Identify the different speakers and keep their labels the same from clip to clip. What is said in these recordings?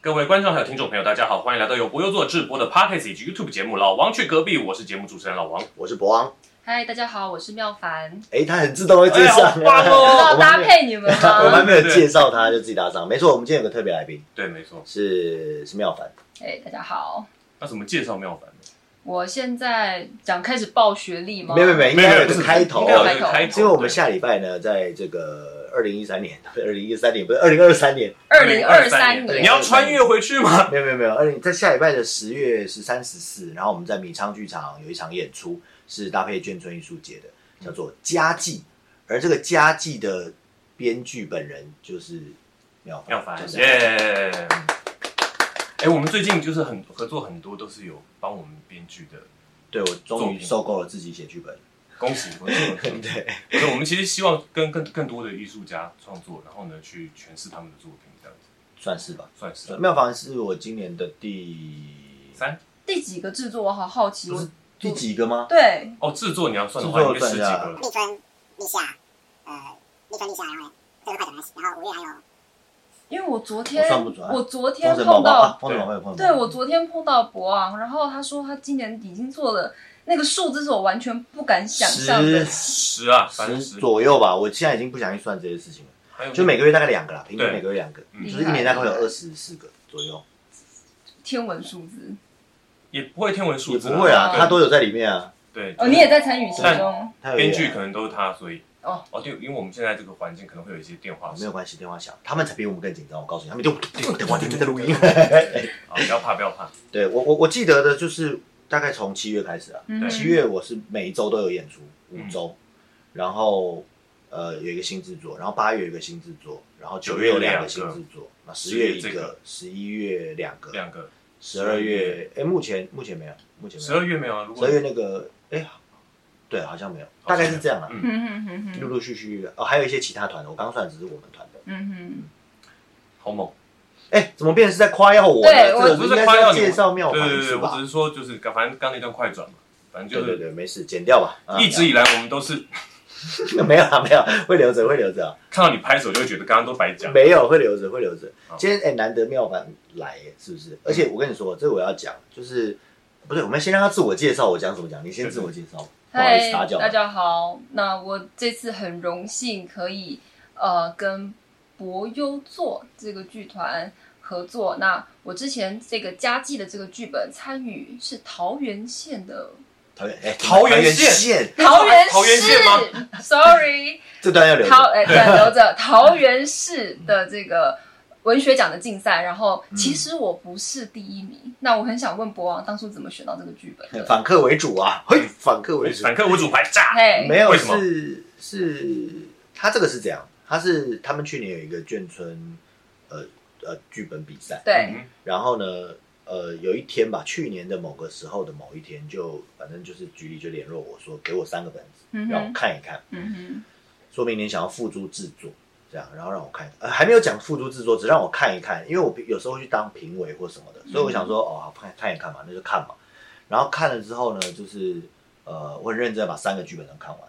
Speaker 1: 各位观众还有听众朋友，大家好，欢迎来到由博优做直播的 Podcast 以及 YouTube 节目《老王去隔壁》，我是节目主持人老王。
Speaker 2: 我是博王。
Speaker 3: 嗨，大家好，我是妙 凡。
Speaker 2: 哎、他很自动会
Speaker 1: 哎
Speaker 2: 接
Speaker 1: 呀，
Speaker 2: 上
Speaker 1: 好，棒啊
Speaker 3: 不
Speaker 2: 啊
Speaker 3: 知
Speaker 1: 哦！
Speaker 3: 道搭配你 们
Speaker 2: 我们还
Speaker 3: 吗？
Speaker 2: 没有介绍他，就自己搭上。没错，我们今天有个特别来宾
Speaker 1: 对，没错。
Speaker 2: 是是妙凡，
Speaker 3: 哎，大家好，
Speaker 1: 那怎么介绍妙凡呢？
Speaker 3: 我现在讲开始报学历吗？
Speaker 2: 没有没有没哎有，应该有个开
Speaker 1: 哎
Speaker 2: 头
Speaker 1: 应该。有这
Speaker 3: 开
Speaker 1: 个
Speaker 3: 头
Speaker 1: 开头，
Speaker 2: 因为我们下礼拜呢，在这个二零一三年，二零一三年不是二零二三年，
Speaker 3: 二零二三
Speaker 1: 对
Speaker 3: 年
Speaker 1: 你要穿越回去吗？
Speaker 2: 没有没有没有，二零在下礼拜的十月十三十四，然后我们在米仓剧场有一场演出，是搭配眷村艺术节的，
Speaker 1: 嗯
Speaker 2: 叫做《家祭》，而这个《家祭》的编剧本人就是妙
Speaker 1: 妙凡，
Speaker 2: 就是
Speaker 1: 耶！哎，我们最近就是很合作很多，都是有帮我们编剧的，
Speaker 2: 对我
Speaker 1: 作
Speaker 2: 终于
Speaker 1: 品嗯
Speaker 2: 受够了自己写剧本。
Speaker 1: 恭喜 恭喜！恭喜
Speaker 2: 对，
Speaker 1: 不是，我们其实希望跟更更多的艺术家创作，然后呢去诠释他们的作品，这样子
Speaker 2: 算是吧。
Speaker 1: 算是
Speaker 2: 妙房是我今年的第
Speaker 1: 三
Speaker 3: 第几个制作？我好好奇。
Speaker 2: 不是
Speaker 3: 我
Speaker 2: 第几个吗？
Speaker 3: 对，
Speaker 1: 哦。制作你要算的话，应该十几
Speaker 2: 啊
Speaker 1: 个了。
Speaker 4: 立春、立夏，呃，立春、立夏，然后呢，这个快转来，然后五月还有
Speaker 3: 因为我昨
Speaker 2: 我
Speaker 3: 天
Speaker 2: 算不准啊
Speaker 3: 我昨天
Speaker 2: 封神宝
Speaker 3: 碰
Speaker 2: 宝啊
Speaker 3: 到，，
Speaker 2: 封神宝宝有封 神
Speaker 3: 对
Speaker 2: 宝宝
Speaker 3: 我昨天碰到博昂，然后他说他今年已经做了那个数字是我完全不敢想象的
Speaker 2: 十。
Speaker 1: 十啊，反正
Speaker 2: 十
Speaker 1: 十，
Speaker 2: 左右吧。我现在已经不想去算这些事情了，
Speaker 1: 还有
Speaker 2: 就每个月大概两个啦，平均
Speaker 1: 对
Speaker 2: 每个月两个，
Speaker 1: 嗯
Speaker 2: 就是一年大概会有二十四个左右，
Speaker 3: 天文数字
Speaker 1: 也不会天文数
Speaker 2: 也
Speaker 1: 字，
Speaker 2: 不会啊，
Speaker 3: 对
Speaker 2: 他都有在里面啊。
Speaker 1: 对
Speaker 3: 哦，你也在参与其中，
Speaker 2: 他有
Speaker 1: 编剧可能都是他，所以
Speaker 3: 哦
Speaker 1: 哦对，因为我们现在这个环境可能会有一些电话
Speaker 2: 没
Speaker 1: 声
Speaker 2: 有关系，电话响，他们才比我们更紧张。我告诉你，他们就不等完全在录音。
Speaker 1: 啊，不要怕不要怕，
Speaker 2: 对我我我记得的就是大概从七月开始啊，
Speaker 3: 嗯
Speaker 2: 七月我是每一周都有演出，
Speaker 1: 嗯
Speaker 2: 五周，然后呃有一个新制作，然后八月有一个新制作，然后九
Speaker 1: 九月
Speaker 2: 月有
Speaker 1: 两
Speaker 2: 两
Speaker 1: 个
Speaker 2: 个新制作，那
Speaker 1: 十
Speaker 2: 十
Speaker 1: 月
Speaker 2: 月一
Speaker 1: 这个
Speaker 2: 个，十一月两个，
Speaker 1: 两个
Speaker 2: 十二月哎目前目前没有，目前没
Speaker 1: 十
Speaker 2: 有，
Speaker 1: 二月没有啊，如
Speaker 2: 十
Speaker 1: 果
Speaker 2: 二月那个哎对好像没有，大概是这样啦，啊
Speaker 1: 嗯
Speaker 3: 嗯哼哼
Speaker 2: 陆
Speaker 3: 哼，
Speaker 2: 陆续续哦还有一些其他团的，我刚刚算的只是我们团的。
Speaker 3: 嗯哼，
Speaker 1: 好猛，
Speaker 2: 哎，怎么变成是在夸耀我呢？
Speaker 3: 对
Speaker 2: 这
Speaker 3: 我
Speaker 2: 个
Speaker 1: 不
Speaker 2: 应
Speaker 1: 是在
Speaker 2: 该
Speaker 1: 夸
Speaker 2: 是
Speaker 1: 耀
Speaker 2: 要
Speaker 1: 你
Speaker 2: 介绍妙
Speaker 1: 对
Speaker 2: 法
Speaker 1: 对对，
Speaker 2: 是
Speaker 1: 我只
Speaker 2: 吧？
Speaker 1: 是说就是刚反正刚那段快转嘛，反正
Speaker 2: 对
Speaker 1: 就
Speaker 2: 对
Speaker 1: 是
Speaker 2: 对，没事，剪掉吧。啊
Speaker 1: 一直以来我们都是
Speaker 2: 没有啊啦，没有，会留着，会留着啊。
Speaker 1: 看到你拍手就会觉得刚刚都白讲，
Speaker 2: 没有，会留着，会留着
Speaker 1: 好。
Speaker 2: 今天哎、难得妙凡来，是不是？
Speaker 1: 嗯
Speaker 2: 而且我跟你说，这我要讲，就是不对，我们先让他自我介绍。我讲什么讲？你先自我介绍。不好意
Speaker 3: 嗨
Speaker 2: 思，打搅。
Speaker 3: 大家好，那我这次很荣幸可以呃跟博优作这个剧团合作。那我之前这个家计的这个剧本参与是桃园县 的
Speaker 2: 桃园，哎、
Speaker 1: 桃园县
Speaker 2: 县
Speaker 3: 桃园
Speaker 1: 桃园县
Speaker 3: 市，sorry，
Speaker 2: 这段要留
Speaker 3: 桃
Speaker 2: 着。
Speaker 3: 哎对留着桃园市的这个。文学奖的竞赛，然后
Speaker 2: 嗯
Speaker 3: 其实我不是第一名，那我很想问博王当初怎么选到这个剧本的？
Speaker 2: 访客为主啊，嘿，访客为 主。
Speaker 1: 反客我主牌炸，
Speaker 3: 嘿，
Speaker 2: 没有
Speaker 1: 为什么
Speaker 2: 是是，他这个是这样，他是他们去年有一个眷村呃呃剧本比赛，
Speaker 3: 对，
Speaker 1: 嗯
Speaker 2: 然后呢，呃，有一天吧，去年的某个时候的某一天就，反正就是局里就联络我说，给我三个本子，
Speaker 3: 嗯
Speaker 2: 让我
Speaker 3: 哼，
Speaker 2: 看一看，
Speaker 3: 嗯哼，
Speaker 2: 说明您想要付诸制作，这样，然后让我看，呃，还没有讲付诸制作，只让我看一看，因为我有时候会去当评委或什么的，所以我想说，
Speaker 3: 嗯
Speaker 2: 哦，好看看一看嘛，那就看嘛。然后看了之后呢，就是呃，我很认真地把三个剧本都看完，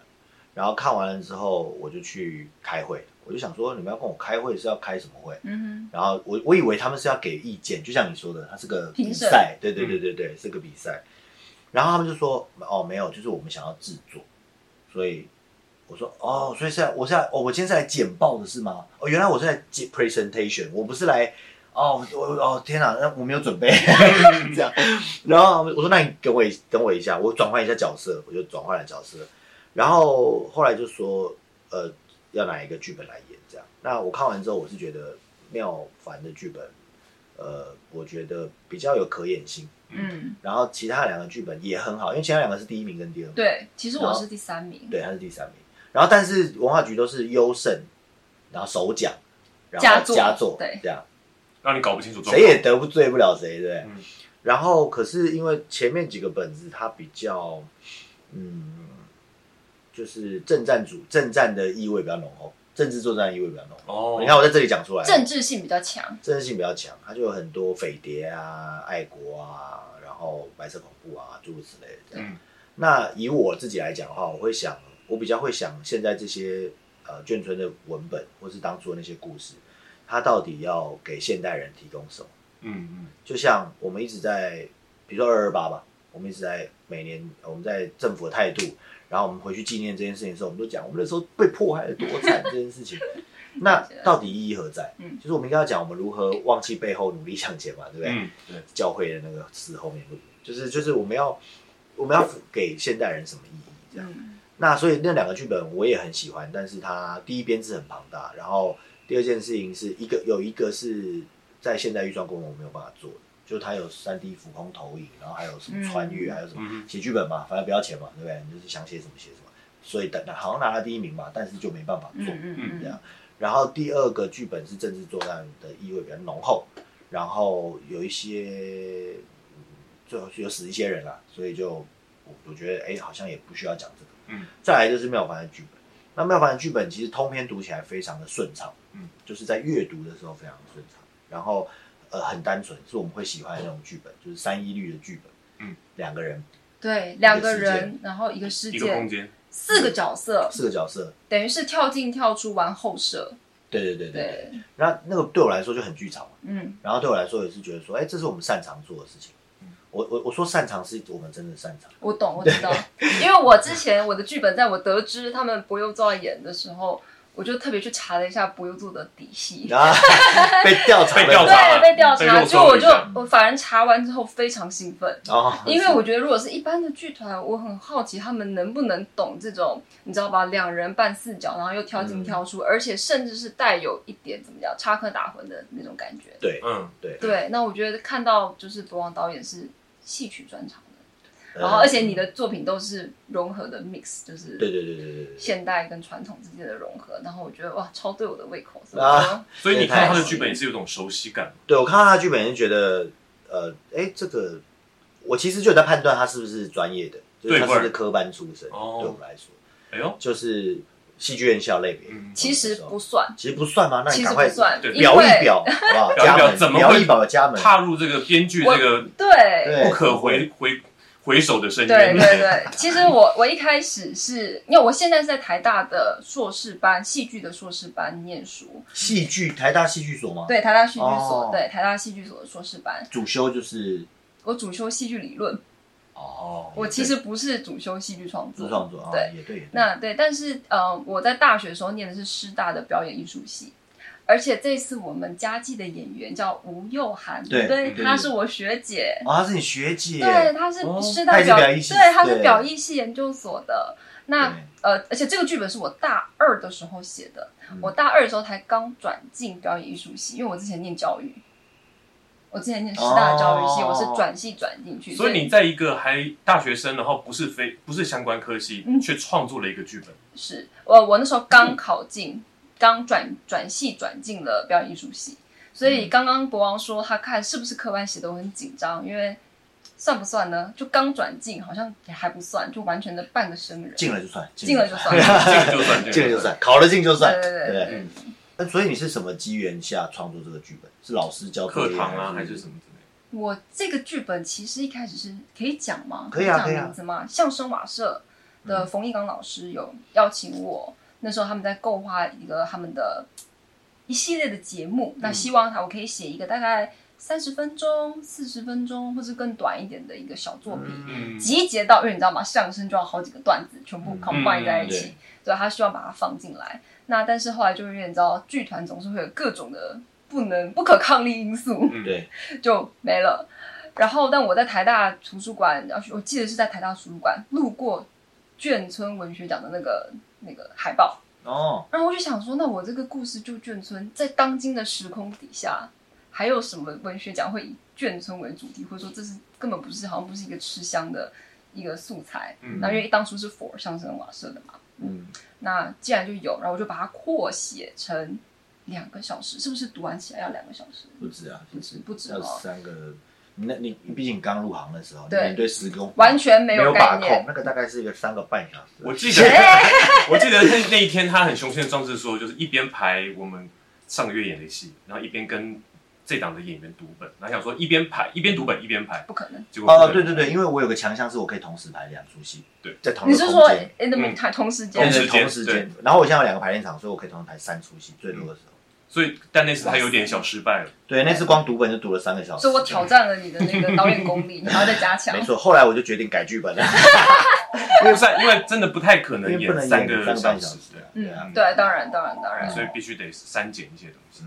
Speaker 2: 然后看完了之后，我就去开会，我就想说，你们要跟我开会是要开什么会？啊
Speaker 3: 嗯哼。
Speaker 2: 然后我我以为他们是要给意见，就像你说的，它是个比
Speaker 3: 评审嗯
Speaker 2: 赛，对对对对对，是个比赛。然后他们就说哦没有，就是我们想要制作，所以我说哦，所以是来我是来哦，我今天是来简报的是吗？哦，原来我是来简 presentation，我不是来哦我我哦天哪，那我没有准备 这样。然后我说那你等我一等我一下，我转换一下角色，我就转换了角色。然后后来就说呃要哪一个剧本来演这样。那我看完之后，我是觉得妙凡的剧本，呃，我觉得比较有可演性。
Speaker 3: 嗯，
Speaker 2: 然后其他两个剧本也很好，因为其他两个是第一名跟第二名，
Speaker 3: 对，其实我是第三名，
Speaker 2: 对，他是第三名。然后但是文化局都是优胜，然后首奖，然
Speaker 3: 佳
Speaker 2: 后
Speaker 3: 作
Speaker 2: 佳作，
Speaker 3: 对
Speaker 2: 这样
Speaker 1: 让你搞不清楚状
Speaker 2: 谁
Speaker 1: 况，
Speaker 2: 也得不罪不了谁，对不对？
Speaker 1: 嗯
Speaker 2: 然后可是因为前面几个本子它比较，嗯，就是政战组政战的意味比较浓厚，政治作战的意味比较浓厚。
Speaker 1: 哦，
Speaker 2: 你看我在这里讲出来了，
Speaker 3: 政治性比较强。
Speaker 2: 政治性比较强，它就有很多匪谍啊、爱国啊，然后白色恐怖啊，诸如此类的这样。
Speaker 1: 嗯
Speaker 2: 那以我自己来讲的话，我会想，我比较会想现在这些呃眷村的文本，或是当初的那些故事，它到底要给现代人提供什么？
Speaker 1: 嗯嗯，
Speaker 2: 就像我们一直在，比如说二二八吧，我们一直在每年我们在政府的态度，然后我们回去纪念这件事情的时候，我们都讲我们那时候被迫害的多惨这件事情。那到底意义何在？
Speaker 3: 嗯
Speaker 2: 就是我们应该要讲我们如何忘记背后，努力向前嘛，对不对？
Speaker 1: 嗯，对，
Speaker 2: 教会的那个词后面，就是就是我们要我们要给现代人什么意义？这样。
Speaker 3: 嗯
Speaker 2: 那所以那两个剧本我也很喜欢，但是它第一编制很庞大，然后第二件事情是一个有一个是在现代预算功能我没有办法做的，就是它有三 D 浮空投影，然后还有什么穿越，
Speaker 3: 嗯
Speaker 2: 还有什么
Speaker 1: 嗯
Speaker 2: 写剧本嘛，反正不要钱嘛，对不对？你就是想写什么写什么，所以等好像拿了第一名嘛，但是就没办法做。
Speaker 3: 嗯嗯
Speaker 2: 这
Speaker 3: 嗯
Speaker 2: 样，然后第二个剧本是政治作战的意味比较浓厚，然后有一些嗯就有死一些人啦，所以就我我觉得哎、好像也不需要讲这个。
Speaker 1: 嗯，
Speaker 2: 再来就是妙凡的剧本，那妙凡的剧本其实通篇读起来非常的顺畅，
Speaker 1: 嗯，
Speaker 2: 就是在阅读的时候非常顺畅，然后呃很单纯，是我们会喜欢的那种剧本，就是三一律的剧本，
Speaker 1: 嗯，
Speaker 2: 两个人
Speaker 3: 对，两个
Speaker 2: 个事件
Speaker 3: 人，然后一个事
Speaker 1: 一个空
Speaker 3: 件，
Speaker 1: 间，
Speaker 3: 四个角色，
Speaker 2: 四个角色，
Speaker 3: 等于是跳进跳出玩后舍。
Speaker 2: 对对对对，
Speaker 3: 对，
Speaker 2: 那那个对我来说就很剧场嘛。
Speaker 3: 嗯
Speaker 2: 然后对我来说也是觉得说，哎，这是我们擅长做的事情
Speaker 1: 嗯。
Speaker 2: 我我我说擅长是我们真的擅 长，
Speaker 3: 我懂，我知道，因为我之前我的剧本在我得知他们柏优座要演的时候，我就特别去查了一下柏优座的底细，
Speaker 2: 然后被调查了，
Speaker 1: 被调查
Speaker 3: 对，被调
Speaker 1: 被
Speaker 3: 查，
Speaker 1: 肉
Speaker 3: 就我
Speaker 1: 搜一
Speaker 3: 就
Speaker 1: 下
Speaker 3: 我反正查完之后非常兴奋，
Speaker 2: 哦，
Speaker 3: 因为我觉得如果是一般的剧团，我很好奇他们能不能懂这种，你知道吧？两人扮四角，然后又挑
Speaker 2: 嗯
Speaker 3: 进挑出，而且甚至是带有一点怎么讲插科打诨的那种感觉。
Speaker 2: 对
Speaker 1: 嗯，
Speaker 2: 对，
Speaker 3: 对，那我觉得看到就是博王导演是戏曲专长的，
Speaker 2: 呃
Speaker 3: 然哦后而且你的作品都是融合的 mix，就是
Speaker 2: 对对对对对对，
Speaker 3: 现代跟传统之间的融合，然后我觉得哇，超对我的胃口。
Speaker 2: 啊
Speaker 1: 所以你看到他的剧本也是有种熟悉感，
Speaker 2: 对我看到他的剧本就觉得，呃，哎，这个我其实就有在判断他是不是专业的，就是
Speaker 1: 对
Speaker 2: 他
Speaker 1: 味
Speaker 2: 是
Speaker 1: 儿
Speaker 2: 不是科班出身，对
Speaker 1: 哦
Speaker 2: 我们来说
Speaker 1: 哎呦，
Speaker 2: 就是戏剧院校类别
Speaker 1: 嗯，
Speaker 3: 其实不算，
Speaker 2: 其实不算嘛，那
Speaker 3: 其
Speaker 2: 你赶
Speaker 3: 实不
Speaker 2: 快
Speaker 3: 算，
Speaker 1: 对
Speaker 3: 因
Speaker 2: 表一
Speaker 3: 为
Speaker 2: 表，好 不好？
Speaker 1: 表一
Speaker 2: 家
Speaker 1: 表
Speaker 2: 门
Speaker 1: 怎么
Speaker 2: 表
Speaker 1: 会
Speaker 2: 一表家门，
Speaker 1: 踏入这个编剧这个
Speaker 3: 对
Speaker 2: 对
Speaker 1: 不可回回回首的深
Speaker 3: 对
Speaker 1: 渊，
Speaker 3: 对对，其实我我一开始是因为我现在是在台大的硕士班戏剧的硕士班念书，
Speaker 2: 戏剧台大戏剧所吗？，
Speaker 3: 对台大戏剧所，
Speaker 2: 哦
Speaker 3: 对台大戏剧所的硕士班，
Speaker 2: 主修就是
Speaker 3: 我主修戏剧理论，
Speaker 2: 哦，
Speaker 3: 我其实不是主修戏剧创
Speaker 2: 自
Speaker 3: 作。
Speaker 2: 创作啊，
Speaker 3: 对
Speaker 2: 也对，也对
Speaker 3: 那对，但是呃，我在大学的时候念的是师大的表演艺术系。而且这次我们佳季的演员叫吴又涵，
Speaker 2: 对
Speaker 3: 对，
Speaker 1: 对
Speaker 3: 她是我学姐，
Speaker 2: 哦，她是你学姐，
Speaker 3: 对，他是
Speaker 1: 哦
Speaker 3: 师
Speaker 2: 他
Speaker 3: 大
Speaker 2: 也是
Speaker 3: 表，
Speaker 2: 表艺系
Speaker 3: 对，他是
Speaker 2: 对
Speaker 3: 表艺系研究所的。那
Speaker 2: 对
Speaker 3: 呃，而且这个剧本是我大二的时候写的，
Speaker 2: 嗯
Speaker 3: 我大二的时候才刚转进表演艺术系，因为我之前念教育，我之前念师大的教育系，
Speaker 2: 哦
Speaker 3: 我是转系转进去，
Speaker 1: 所以你在一个还大学生，然后不是非不是相关科系，却创作了一个剧本，
Speaker 3: 是我我那时候刚考进，刚转转系转进了表演艺术系，所以
Speaker 2: 嗯
Speaker 3: 刚刚国王说他看是不是科班写的，我很紧张，因为算不算呢？就刚转进，好像也还不算，就完全的半个生人。
Speaker 2: 进了就算，
Speaker 3: 进了就算，
Speaker 1: 这个就算
Speaker 2: 进了就，算，考了进就算，
Speaker 3: 对对对
Speaker 2: 对不
Speaker 3: 对
Speaker 2: 对。那所以你是什么机缘下创作这个剧本？是老师教作
Speaker 1: 课
Speaker 2: 业
Speaker 1: 堂啊还是什么之类的。
Speaker 3: 我这个剧本其实一开始是可以讲吗？
Speaker 2: 可以啊
Speaker 3: 讲
Speaker 2: 可以啊嗯
Speaker 3: 名字吗？相声瓦舍的冯一刚老师有邀请我，那时候他们在构画一个他们的一系列的节目，
Speaker 2: 嗯
Speaker 3: 那希望他我可以写一个大概三十分钟、四十分钟，或是更短一点的一个小作品。
Speaker 1: 嗯，
Speaker 3: 集结到，因为你知道吗？相声就要好几个段子全部
Speaker 2: 嗯
Speaker 3: combine 在一起，
Speaker 2: 嗯
Speaker 3: 对他希望把它放进来。那但是后来就是因为你知道，剧团总是会有各种的不能不可抗力因素，
Speaker 1: 嗯
Speaker 2: 对，
Speaker 3: 就没了。然后，但我在台大图书馆，然后我记得是在台大图书馆路过眷村文学奖的那个那个海报，
Speaker 2: 哦，
Speaker 3: 然后我就想说，那我这个故事就眷村，在当今的时空底下，还有什么文学奖会以眷村为主题，或者说这是根本不是，好像不是一个吃香的一个素材。
Speaker 1: 嗯
Speaker 3: 那因为当初是 for 相声瓦舍的嘛，
Speaker 2: 嗯，
Speaker 3: 那既然就有，然后我就把它扩写成两个小时，是不是读完起来要两个小时？
Speaker 2: 不止啊，
Speaker 3: 不止不止
Speaker 2: 要
Speaker 3: 哦，
Speaker 2: 三个。那你毕竟刚入行的时候，
Speaker 3: 对
Speaker 2: 你对时工
Speaker 3: 完全没
Speaker 2: 没
Speaker 3: 有概
Speaker 2: 把
Speaker 3: 念
Speaker 2: 控，。那个大概是一个三个半小时。
Speaker 1: 我记得， 我记得那那一天他很雄心壮志说，就是一边排我们上个月演的戏，然后一边跟这档的演员读本，然后想说一边排一边读本一边排，
Speaker 3: 不可能。
Speaker 1: 结果
Speaker 2: 哦，对对对，因为我有个强项是我可以同时排两出戏，
Speaker 1: 对，
Speaker 2: 在同
Speaker 3: 你
Speaker 2: 一
Speaker 3: 是
Speaker 2: 个
Speaker 3: 说
Speaker 2: 空间，
Speaker 3: in the meantime 同时
Speaker 2: 对
Speaker 1: 同时
Speaker 2: 对
Speaker 3: 间
Speaker 2: 对
Speaker 1: 间
Speaker 3: 嗯
Speaker 2: 同时间。然后我现在有两个排练场，所以我可以同时排三出戏，最多的时候。
Speaker 1: 所以但那次他有点小失败了。
Speaker 2: 对，那次光读本就读了三个小时，
Speaker 3: 所以我挑战了你的那个导演 功力，你还要再加强嗯
Speaker 2: 没。错，后来我就决定改剧 本了，
Speaker 1: 因为在因为真的不太可能
Speaker 2: 因为不
Speaker 1: 演三
Speaker 2: 能演三
Speaker 1: 个
Speaker 2: 个半
Speaker 1: 小
Speaker 2: 小
Speaker 1: 时
Speaker 2: 时，嗯
Speaker 1: 对，啊
Speaker 3: 嗯
Speaker 2: 对啊，
Speaker 3: 对，当然，当然，当然。
Speaker 1: 所以必须得删减一些东西。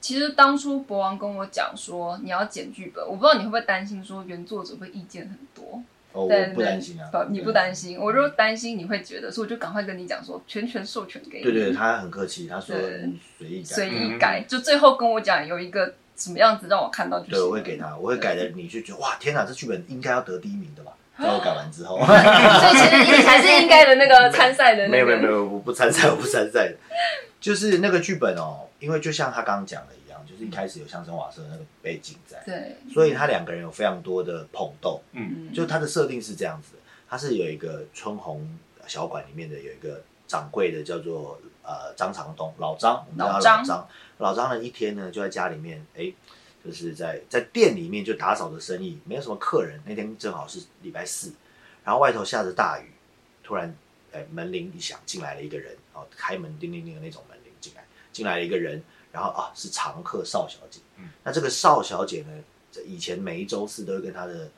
Speaker 3: 其实当初博王跟我讲说你要剪剧本，我不知道你会不会担心说原作者会意见很多，
Speaker 2: 哦，我
Speaker 3: 但
Speaker 2: 不担心啊
Speaker 3: 不，你不担心，我就担心你会觉得，所以我就赶快跟你讲说全权授权给你，
Speaker 2: 对？嗯对对，他很客气，他说
Speaker 3: 对
Speaker 2: 你随意改，
Speaker 3: 随意改。就最后跟我讲有一个什么样子让我看到就行
Speaker 2: 对，
Speaker 3: 了，
Speaker 2: 我会给 他，我会改的，你就觉得哇，天哪，这剧本应该要得第一名 的吧？在我改完之后，
Speaker 3: 所以其实你才是应该的那个参赛的那个，
Speaker 2: 没有没有没有，我不参赛，我不参赛的。就是那个剧本哦，因为就像他刚刚讲的一样，就是一开始有相声瓦舍那个背景在，
Speaker 3: 对，
Speaker 2: 所以他两个人有非常多的捧逗。
Speaker 1: 嗯，
Speaker 2: 就他的设定是这样子的，他是有一个春红小馆里面的有一个掌柜的叫做呃张长东，老张，我们叫他
Speaker 3: 老
Speaker 2: 老
Speaker 3: 张
Speaker 2: 张。老张呢一天呢就在家里面，哎，就是在在店里面就打扫着生意，没有什么客人。那天正好是礼拜四，然后外头下着大雨，突然哎门铃一响，进来了一个人，哦，开门叮叮叮的那种门铃进来，进来了一个人，然后啊是常客邵小姐。
Speaker 1: 嗯
Speaker 2: 那这个邵小姐呢，这以前每一周四都会跟她的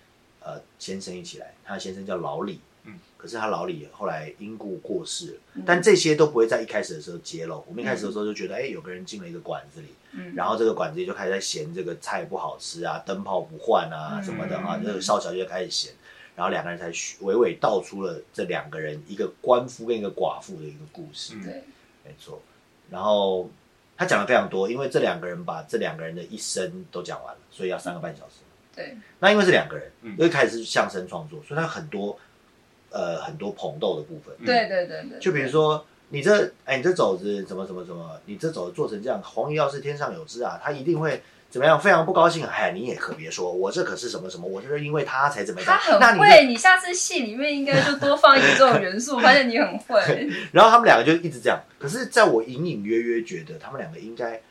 Speaker 2: 呃先生一起来，她的先生叫老李。
Speaker 1: 嗯
Speaker 2: 可是她老李后来因故过世了，
Speaker 3: 嗯
Speaker 2: 但这些都不会在一开始的时候揭露。我们一开始的时候就觉得，哎、有个人进了一个馆子里，
Speaker 3: 嗯
Speaker 2: 然后这个馆子里就开始在嫌这个菜不好吃啊，灯泡不换啊
Speaker 3: 嗯
Speaker 2: 什么的啊，
Speaker 3: 嗯
Speaker 2: 这个邵小姐就开始嫌，然后两个人才虚娓娓道出了这两个人一个官夫跟一个寡妇的一个故事，
Speaker 1: 嗯
Speaker 3: 对，
Speaker 2: 没错。然后他讲了非常多，因为这两个人把这两个人的一生都讲完了，所以要三个半小时。
Speaker 3: 对，
Speaker 2: 那因为是两个人，
Speaker 1: 嗯
Speaker 2: 因为开始是相声创作，所以他有很多呃很多捧逗的部分，
Speaker 1: 嗯
Speaker 3: 对对对对，
Speaker 2: 就比如说，你这哎，你这肘子怎么怎么怎么，你这肘子做成这样，黄鱼要是天上有知啊，他一定会怎么样，非常不高兴。哎，你也可别说，我这可是什么什么，我这是因为他才怎么样
Speaker 3: 他。很
Speaker 2: 那你
Speaker 3: 会，你下次戏里面应该就多放一点这种元素，发现你很会。
Speaker 2: 然后他们两个就一直这样。可是，在我隐隐约约觉得他们两个应该，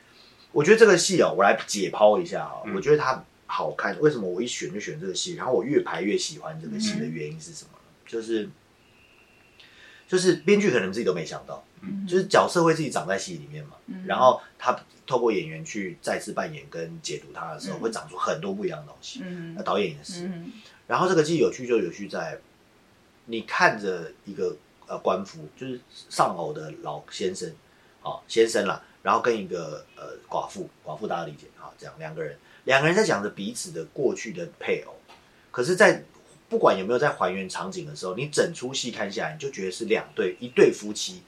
Speaker 2: 我觉得这个戏哦，我来解剖一下啊、
Speaker 1: 嗯
Speaker 2: 我觉得它好看。为什么我一选就选这个戏？然后我越排越喜欢这个戏的原因是什么呢？就是，就是编剧可能自己都没想到，就是角色会自己长在戏里面嘛。
Speaker 3: 嗯
Speaker 2: 然后他透过演员去再次扮演跟解读它的时候，
Speaker 3: 嗯
Speaker 2: 会长出很多不一样的东西。
Speaker 3: 嗯
Speaker 2: 那导演也是，
Speaker 3: 嗯
Speaker 2: 然后这个剧有趣就有趣在，你看着一个呃官夫，就是丧偶的老先生，哦先生啦，然后跟一个呃寡妇，寡妇大家理解啊、这样两个人，两个人在讲着彼此的过去的配偶，可是在，不管有没有在还原场景的时候，你整出戏看下来，你就觉得是两对一对夫妻，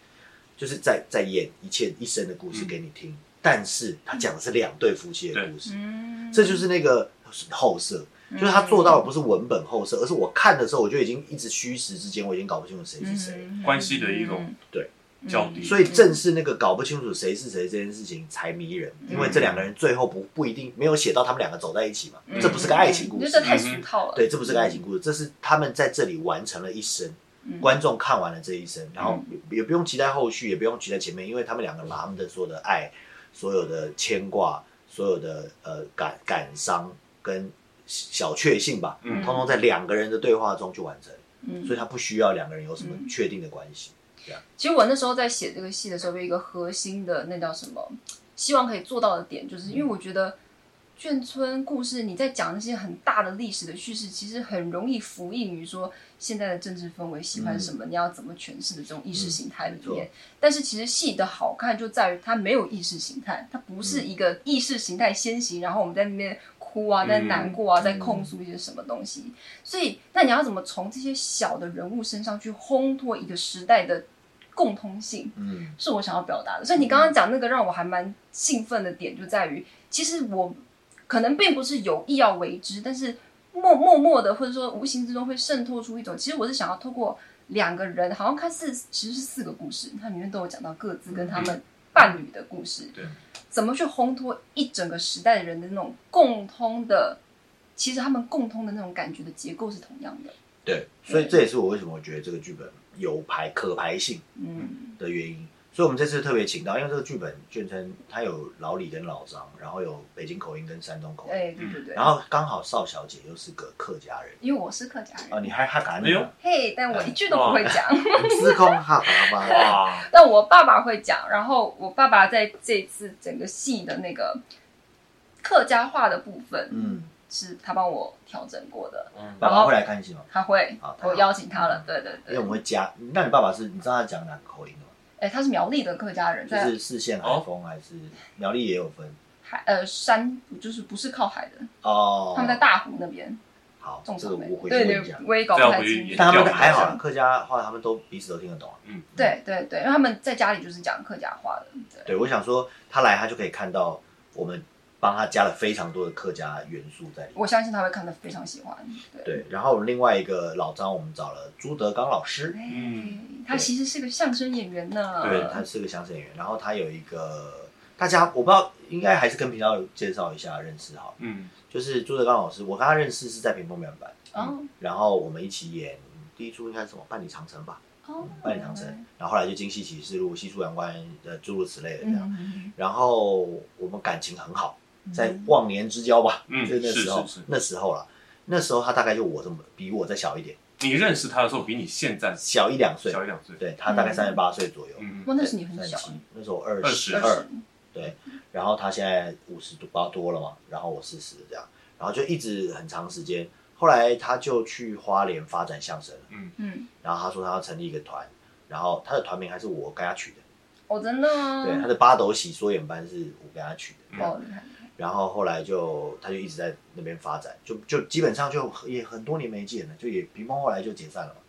Speaker 2: 就是在在演一切一生的故事给你听，但是他讲的是两对夫妻的故事，
Speaker 3: 嗯
Speaker 2: 这就是那个后设，就是他做到的不是文本后设，而是我看的时候我就已经一直虚实之间，我已经搞不清楚谁是谁。
Speaker 3: 嗯
Speaker 1: 关系的一种
Speaker 2: 对
Speaker 1: 较低
Speaker 2: 所以正是那个搞不清楚谁是谁这件事情才迷人，
Speaker 3: 嗯
Speaker 2: 因为这两个人最后不不一定没有写到他们两个走在一起嘛，
Speaker 3: 嗯
Speaker 2: 这不是个爱情故
Speaker 3: 因为
Speaker 2: 事
Speaker 3: 这，太俗套了。
Speaker 2: 对，这不是个爱情故事，这是他们在这里完成了一生，
Speaker 3: 嗯
Speaker 2: 观众看完了这一生，然后也也不用期待后续，也不用期待前面，因为他们两个把他们的所有的爱、所有的牵挂、所有的呃感感伤跟小确幸吧，
Speaker 1: 嗯
Speaker 2: 通通在两个人的对话中去完成，
Speaker 3: 嗯
Speaker 2: 所以他不需要两个人有什么确定的关系。
Speaker 3: 其实我那时候在写这个戏的时候，有一个核心的那叫什么，希望可以做到的点，就是因为我觉得眷村故事你在讲那些很大的历史的叙事，其实很容易浮应于说现在的政治氛围喜欢什么，你要怎么诠释的这种意识形态里面。
Speaker 2: 嗯嗯没
Speaker 3: 但是其实戏的好看就在于它没有意识形态，它不
Speaker 2: 嗯
Speaker 3: 是一个意识形态先行，然后我们在那边哭啊，
Speaker 2: 嗯
Speaker 3: 在难过啊，在控诉一些什么东西。所以，那你要怎么从这些小的人物身上去烘托一个时代的共通性，
Speaker 2: 嗯，
Speaker 3: 是我想要表达的。所以你刚刚讲那个让我还蛮兴奋的点，就在于其实我可能并不是有意要为之，但是默默默的或者说无形之中会渗透出一种，其实我是想要透过两个人，好像看似其实是四个故事，它里面都有讲到各自跟他们伴侣的故事，
Speaker 1: 对，
Speaker 3: 怎么去烘托一整个时代的人的那种共通的。其实他们共通的那种感觉的结构是同样的，
Speaker 2: 对，所以这也是我为什么我觉得这个剧本有排可排性
Speaker 3: 嗯，
Speaker 2: 的原因，所以我们这次特别请到，因为这个剧本卷称它有老李跟老张，然后有北京口音跟山东口音，
Speaker 3: 哎，对对对。
Speaker 2: 哦然后刚好邵小姐又是个客家人，
Speaker 3: 因为我是客家
Speaker 2: 啊，
Speaker 3: 人，
Speaker 2: 你还哈嘎
Speaker 1: 哎
Speaker 2: 那
Speaker 1: 呦
Speaker 2: 个
Speaker 3: 嘿，但我一句都不会讲。
Speaker 2: 司空哈嘎吧？
Speaker 1: 哇，
Speaker 3: 但我爸爸会讲，然后我爸爸在这次整个戏的那个客家话的部分
Speaker 2: 嗯，
Speaker 3: 是他帮我调整过的，
Speaker 1: 嗯，
Speaker 2: 爸爸会来看戏吗？
Speaker 3: 他会
Speaker 2: 好，太好
Speaker 3: 我邀请他了，对对
Speaker 2: 嗯因为我
Speaker 3: 对
Speaker 2: 们。会加，那你爸爸是你知道他讲哪个口音的吗？
Speaker 3: 哎，他是苗栗的客家人，
Speaker 2: 就
Speaker 3: 在
Speaker 2: 是四线海风还是苗栗也有分
Speaker 3: 海呃山，就是不是靠海的，
Speaker 2: 哦
Speaker 3: 他。们在大湖那边
Speaker 2: 好，
Speaker 3: 种
Speaker 2: 这
Speaker 3: 草
Speaker 2: 个
Speaker 3: 莓
Speaker 2: 我。回去
Speaker 3: 对
Speaker 2: 问一
Speaker 3: 对
Speaker 2: 下，。
Speaker 3: 我也搞不太
Speaker 1: 这样
Speaker 3: 清
Speaker 1: 回去
Speaker 3: 楚。
Speaker 2: 但他们还好啦，客家话他们都彼此都听得懂啊。
Speaker 1: 嗯，
Speaker 3: 对对对，因为他们在家里就是讲客家话的，
Speaker 2: 对，
Speaker 3: 对。
Speaker 2: 我想说他来他就可以看到我们帮他加了非常多的客家元素在里面。
Speaker 3: 我相信他会看得非常喜欢，对。
Speaker 2: 嗯对，然后我们另外一个老张，我们找了朱德刚老师，
Speaker 1: 嗯
Speaker 3: 哎，他其实是个相声演员呢。
Speaker 2: 对，他是个相声演员，然后他有一个大家我不知道，应该还是跟频道介绍一下认识好了，
Speaker 1: 嗯，
Speaker 2: 就是朱德刚老师，我跟他认识是在屏风表演班，嗯
Speaker 3: 哦
Speaker 2: 然后我们一起演第一出应该是什么《半里长城》吧，
Speaker 3: 哦，
Speaker 2: 半里长城，然后后来就京戏启示录、西出阳关，呃，诸如此类的这样。
Speaker 3: 嗯，
Speaker 2: 然后我们感情很好，
Speaker 3: 嗯
Speaker 2: 在忘年之交吧，
Speaker 1: 嗯
Speaker 2: 就那时候
Speaker 1: 是是是
Speaker 2: 那时候啦，那时候他大概就我这么比我再小一点，
Speaker 1: 你认识他的时候比你现在
Speaker 2: 小一两岁，
Speaker 1: 小一两岁，
Speaker 2: 对他大概
Speaker 3: 嗯
Speaker 2: 三十八岁左右，
Speaker 1: 嗯，
Speaker 3: 哇，那是你很
Speaker 2: 三
Speaker 3: 小啊
Speaker 2: 十，七，那时候二
Speaker 1: 22
Speaker 2: 二，然后他现在五十多包多了嘛，然后我四十这样，然后就一直很长时间，后来他就去花莲发展相声了，
Speaker 3: 嗯，
Speaker 2: 然后他说他要成立一个团，然后他的团名还是我给他取的。
Speaker 3: 哦，真的吗？
Speaker 2: 对，他的八斗洗缩眼班是我给他取的，
Speaker 3: 哦，厉害，
Speaker 2: 然后后来就他就一直在那边发展，就就基本上就也很多年没见了，就也屏风后来就解散了嘛，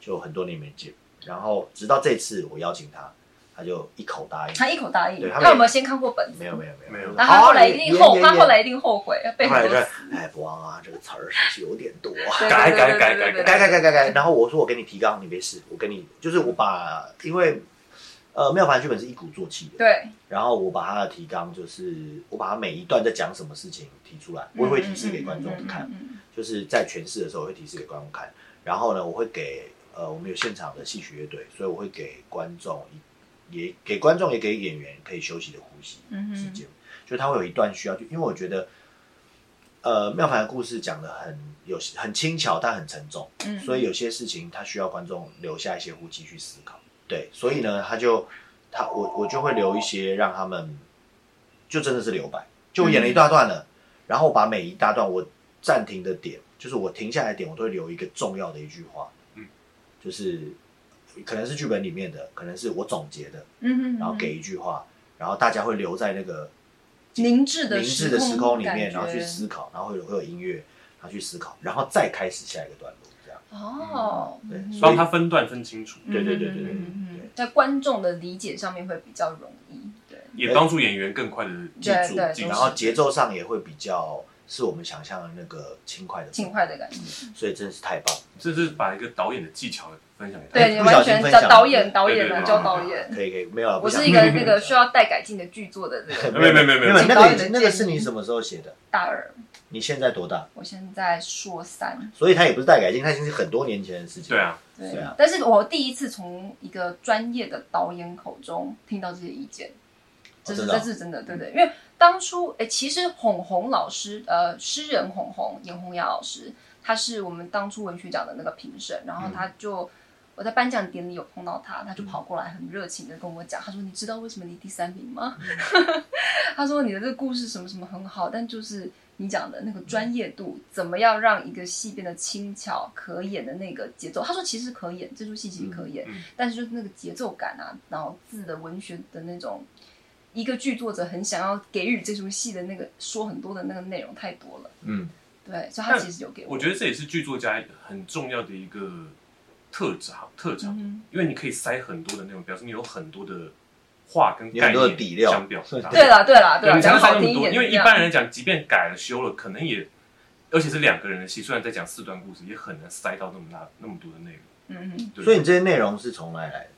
Speaker 2: 就很多年没见，然后直到这次我邀请他，他就一口答应，
Speaker 3: 他一口答应。
Speaker 2: 对他
Speaker 3: 他有没有先看过本子？
Speaker 2: 没有没有没有啊
Speaker 1: 没有
Speaker 3: 然后他后来一定后，他后。
Speaker 2: 好
Speaker 3: 来一定后悔，被
Speaker 2: 演演演后来就
Speaker 3: 很多
Speaker 2: 是，哎，博王啊，这个词儿是有点多、啊，
Speaker 3: 对
Speaker 1: 改
Speaker 3: 对
Speaker 1: 改
Speaker 3: 对
Speaker 1: 改改
Speaker 3: 对对对
Speaker 2: 改改改改改。然后我说我给你提纲，你没事，我给你，就是我把，因为呃，妙凡剧本是一鼓作气的，
Speaker 3: 对，
Speaker 2: 然后我把他的提纲，就是我把他每一段在讲什么事情提出来，我也会提示给观众看，
Speaker 3: 嗯。嗯嗯嗯嗯
Speaker 2: 就是在诠释的时候我会提示给观众看。然后呢，我会给呃，我们有现场的戏曲乐队，所以我会给观众一也给观众也给演员可以休息的呼吸
Speaker 3: 嗯哼
Speaker 2: 时间，就他会有一段需要去，因为我觉得呃，妙凡的故事讲的很有很轻巧，但很沉重。
Speaker 3: 嗯
Speaker 2: 所以有些事情他需要观众留下一些呼吸去思考。对，所以呢，他就他我我就会留一些让他们就真的是留白，就我演了一大段了，然后我把每一大段我暂停的点，就是我停下来的点，我都会留一个重要的一句话，
Speaker 1: 嗯，
Speaker 2: 就是可能是剧本里面的，可能是我总结的，
Speaker 3: 嗯哼，
Speaker 2: 然后给一句话，然后大家会留在那个
Speaker 3: 凝滞的
Speaker 2: 凝滞的时空
Speaker 3: 空
Speaker 2: 里
Speaker 3: 感
Speaker 2: 面，然后去
Speaker 3: 觉
Speaker 2: 思考，然后会有会有音乐，然后去思考，然后再开始下一个段落，这样。
Speaker 3: 哦，
Speaker 2: 对
Speaker 3: 嗯
Speaker 1: 帮他分段分清楚，
Speaker 2: 对对对对对
Speaker 3: 嗯嗯
Speaker 2: 对
Speaker 3: 嗯在观众的理解上面会比较容易，对，
Speaker 1: 也帮助演员更快的
Speaker 2: 记
Speaker 3: 对
Speaker 2: 住
Speaker 3: 对，
Speaker 1: 记
Speaker 3: 都
Speaker 2: 然
Speaker 3: 是
Speaker 2: 后节奏上也会比较是我们想象的那个轻快的，
Speaker 3: 尽快的感觉。
Speaker 2: 所以真的是太棒了，
Speaker 1: 这是把一个导演的技巧分享给他。
Speaker 3: 对，你
Speaker 2: 不小
Speaker 3: 完
Speaker 2: 心
Speaker 3: 全
Speaker 2: 分
Speaker 3: 导
Speaker 2: 享
Speaker 3: 导
Speaker 2: 了
Speaker 3: 演导
Speaker 1: 对
Speaker 3: 演
Speaker 1: 对
Speaker 3: 啊，
Speaker 1: 对
Speaker 3: 教
Speaker 1: 对
Speaker 3: 导
Speaker 1: 对
Speaker 3: 演。
Speaker 2: 可以可以，没有了，
Speaker 3: 我
Speaker 2: 不想
Speaker 3: 是一个那个需要待改进的剧作的这个
Speaker 1: 没有没有没有没
Speaker 2: 没有，
Speaker 1: 有
Speaker 2: 那
Speaker 3: 导演
Speaker 2: 个
Speaker 3: 的
Speaker 2: 那个
Speaker 3: 建议
Speaker 2: 是你什么时候写的？
Speaker 3: 大二，
Speaker 2: 你现在多大？
Speaker 3: 我现在硕三，
Speaker 2: 所以他也不是代改进，他已经是很多年前的事情。
Speaker 1: 对，啊，
Speaker 3: 对
Speaker 2: 是啊
Speaker 3: 但是我第一次从一个专业的导演口中听到这些意见，这是、
Speaker 2: 真的哦
Speaker 3: 这是真的，对对，因为当初诶，其实哄哄老师，呃，诗人哄哄严红雅老师，他是我们当初文学奖的那个评审，然后他就。我在颁奖典礼有碰到他，他
Speaker 1: 嗯
Speaker 3: 就跑过来很热情的跟我讲，他说：“你知道为什么你第三名吗？”
Speaker 1: 嗯
Speaker 3: 他说：“你的这个故事什么什么很好，但就是你讲的那个专业度，怎么样让一个戏变得轻巧可演的那个节奏？”他说：“其实可演，这出戏其实可演，
Speaker 1: 嗯嗯
Speaker 3: 但是就是那个节奏感啊，然后字的文学的那种。”一个剧作者很想要给予这出戏的那个说很多的那个内容太多了，
Speaker 2: 嗯，
Speaker 3: 对，所以他
Speaker 1: 但
Speaker 3: 其实有给
Speaker 1: 我觉得这也是剧作家很重要的一个特长特长，
Speaker 3: 嗯
Speaker 1: 因为你可以塞很多的内容，表示你有很多的话跟
Speaker 2: 有很
Speaker 1: 概
Speaker 2: 多
Speaker 1: 念
Speaker 2: 的底料
Speaker 1: 想表 达。
Speaker 3: 对了对了
Speaker 1: 对，
Speaker 3: 了，
Speaker 1: 你才能
Speaker 3: 讲
Speaker 1: 塞
Speaker 3: 好
Speaker 1: 那
Speaker 3: 听
Speaker 1: 么
Speaker 3: 一
Speaker 1: 多。
Speaker 3: 点，
Speaker 1: 因为一般人讲，即便改了修了，可能也，而且是两个人的戏，虽然在讲四段故事，也很难塞到那么大那么多的内容。
Speaker 3: 嗯嗯。
Speaker 1: 对
Speaker 2: 所以你这些内容是从哪里来的？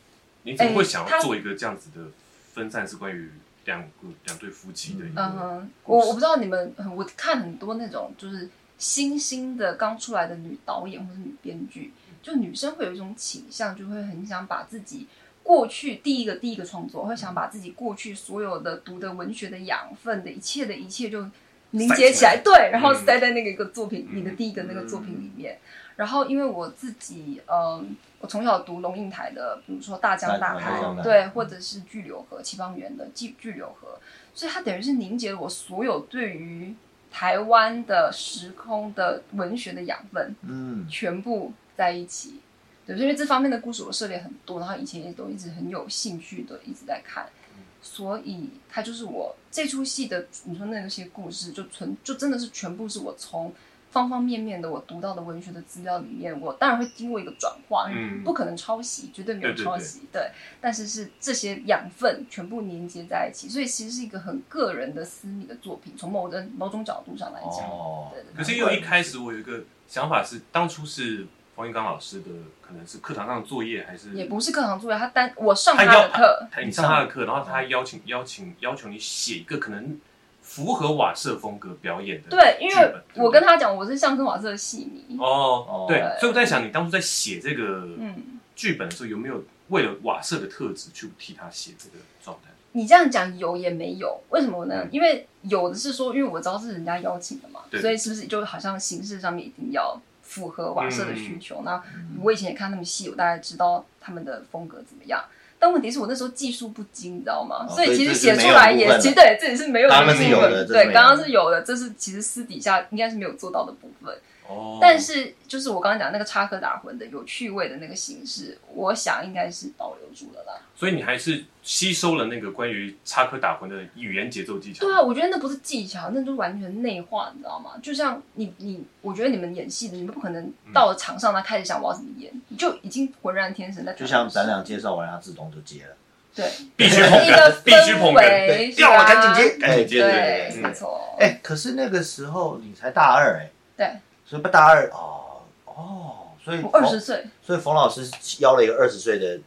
Speaker 1: 你怎么会想
Speaker 3: 哎
Speaker 1: 要
Speaker 3: 他
Speaker 1: 做一个这样子的分散，是关于两个两对夫妻的一
Speaker 3: 嗯
Speaker 1: 个？
Speaker 3: 哼，
Speaker 1: 故
Speaker 3: 我
Speaker 1: 事
Speaker 3: 我不知道你们，我看很多那种就是新兴的刚出来的
Speaker 1: 嗯
Speaker 3: 女导演或是女编剧，就女生会有一种倾向，就会很想把自己过去第一个第一个创作，会想把自己过去所有的读的文学的养分的一切的一切就凝结起来，
Speaker 1: 塞
Speaker 3: 对，然后
Speaker 1: 嗯
Speaker 3: 塞在那个一个作品，你的
Speaker 1: 嗯
Speaker 3: 第一个那个作品里面。然后因为我自己，嗯，我从小读龙应台的，比如说《大江
Speaker 2: 大
Speaker 3: 大海
Speaker 2: 江》，大海嗯
Speaker 3: 对，或者是《巨流河》，齐邦媛的《巨巨流河》，所以它等于是凝结了我所有对于台湾的时空的文学的养分，
Speaker 2: 嗯，
Speaker 3: 全部在一起。对，因为这方面的故事我涉猎很多，然后以前也都一直很有兴趣的，一直在看，
Speaker 1: 嗯
Speaker 3: 所以它就是我这出戏的，你说那些故事就纯就真的是全部是我从方方面面的我读到的文学的资料里面，我当然会经过一个转化，
Speaker 1: 嗯
Speaker 3: 不可能抄袭，绝对没有
Speaker 1: 对对
Speaker 3: 抄袭，对但是是这些养分全部凝结在一起，所以其实是一个很个人的私密的作品，从某种某种角度上来讲，
Speaker 2: 哦
Speaker 3: 对对
Speaker 1: 可是因为一开始我有一个想法是，当初是冯玉刚老师的，可能是课堂上的作业还是
Speaker 3: 也不是课堂作业，他单我上
Speaker 1: 他
Speaker 3: 他
Speaker 1: 要
Speaker 3: 的课。
Speaker 1: 他你上他的课，
Speaker 2: 嗯
Speaker 1: 然后他邀请邀请邀求你写一个可能符合瓦舍风格表演的
Speaker 3: 对，因
Speaker 1: 剧
Speaker 3: 为
Speaker 1: 本
Speaker 3: 我跟他讲，我是相声瓦舍的戏迷。
Speaker 1: 哦
Speaker 2: 哦
Speaker 1: 对，所以我在想，你当初在写这个
Speaker 3: 嗯，
Speaker 1: 剧本的时候，有没有为了瓦舍的特质去替他写这个状态？
Speaker 3: 你这样讲有也没有，为什么呢？
Speaker 1: 嗯
Speaker 3: 因为有的是说，因为我知道是人家邀请的嘛，
Speaker 1: 对
Speaker 3: 所以是不是就好像形式上面一定要符合瓦舍的需求？那
Speaker 2: 嗯
Speaker 3: 我以前也看他们戏，我大概知道他们的风格怎么样。但问题是我那时候技术不精，你知道吗？
Speaker 2: 哦
Speaker 3: 所以其实
Speaker 2: 所以
Speaker 3: 写
Speaker 2: 这是
Speaker 3: 出来
Speaker 2: 没有部分，的
Speaker 3: 也其实对，这也是没有
Speaker 2: 刚刚
Speaker 3: 部
Speaker 2: 是有的
Speaker 3: 分
Speaker 2: 这是没
Speaker 3: 对，
Speaker 2: 有
Speaker 3: 刚刚
Speaker 2: 的
Speaker 3: 是有的，这是其实私底下应该是没有做到的部分。
Speaker 1: 哦，
Speaker 3: 但是就是我刚刚讲那个插科打诨的有趣味的那个形式，我想应该是保留住了啦。
Speaker 1: 所以你还是吸收了那个关于插科打诨的语言节奏技巧。
Speaker 3: 对啊，我觉得那不是技巧，那就是完全内化，你知道吗？就像你你，我觉得你们演戏的，你们不可能到了场上，他开始想我要怎么演，你就已经浑然天成在。
Speaker 2: 就像咱俩介绍完，他自动就接了，
Speaker 3: 对
Speaker 1: 必须捧
Speaker 3: 一个
Speaker 1: 哏，必须捧哏。
Speaker 3: 氛围，
Speaker 2: 要了
Speaker 3: 是吧
Speaker 2: 赶紧接，
Speaker 1: 赶紧接对
Speaker 3: 啊对
Speaker 1: 对，嗯对
Speaker 3: 没错，
Speaker 2: 哎、可是那个时候你才大二哎、
Speaker 3: 对
Speaker 2: 所以大二哦哦，所
Speaker 1: 嗯
Speaker 2: 以
Speaker 3: 我二十
Speaker 2: 冯
Speaker 3: 岁，
Speaker 2: 所以冯老师邀了一个二十岁的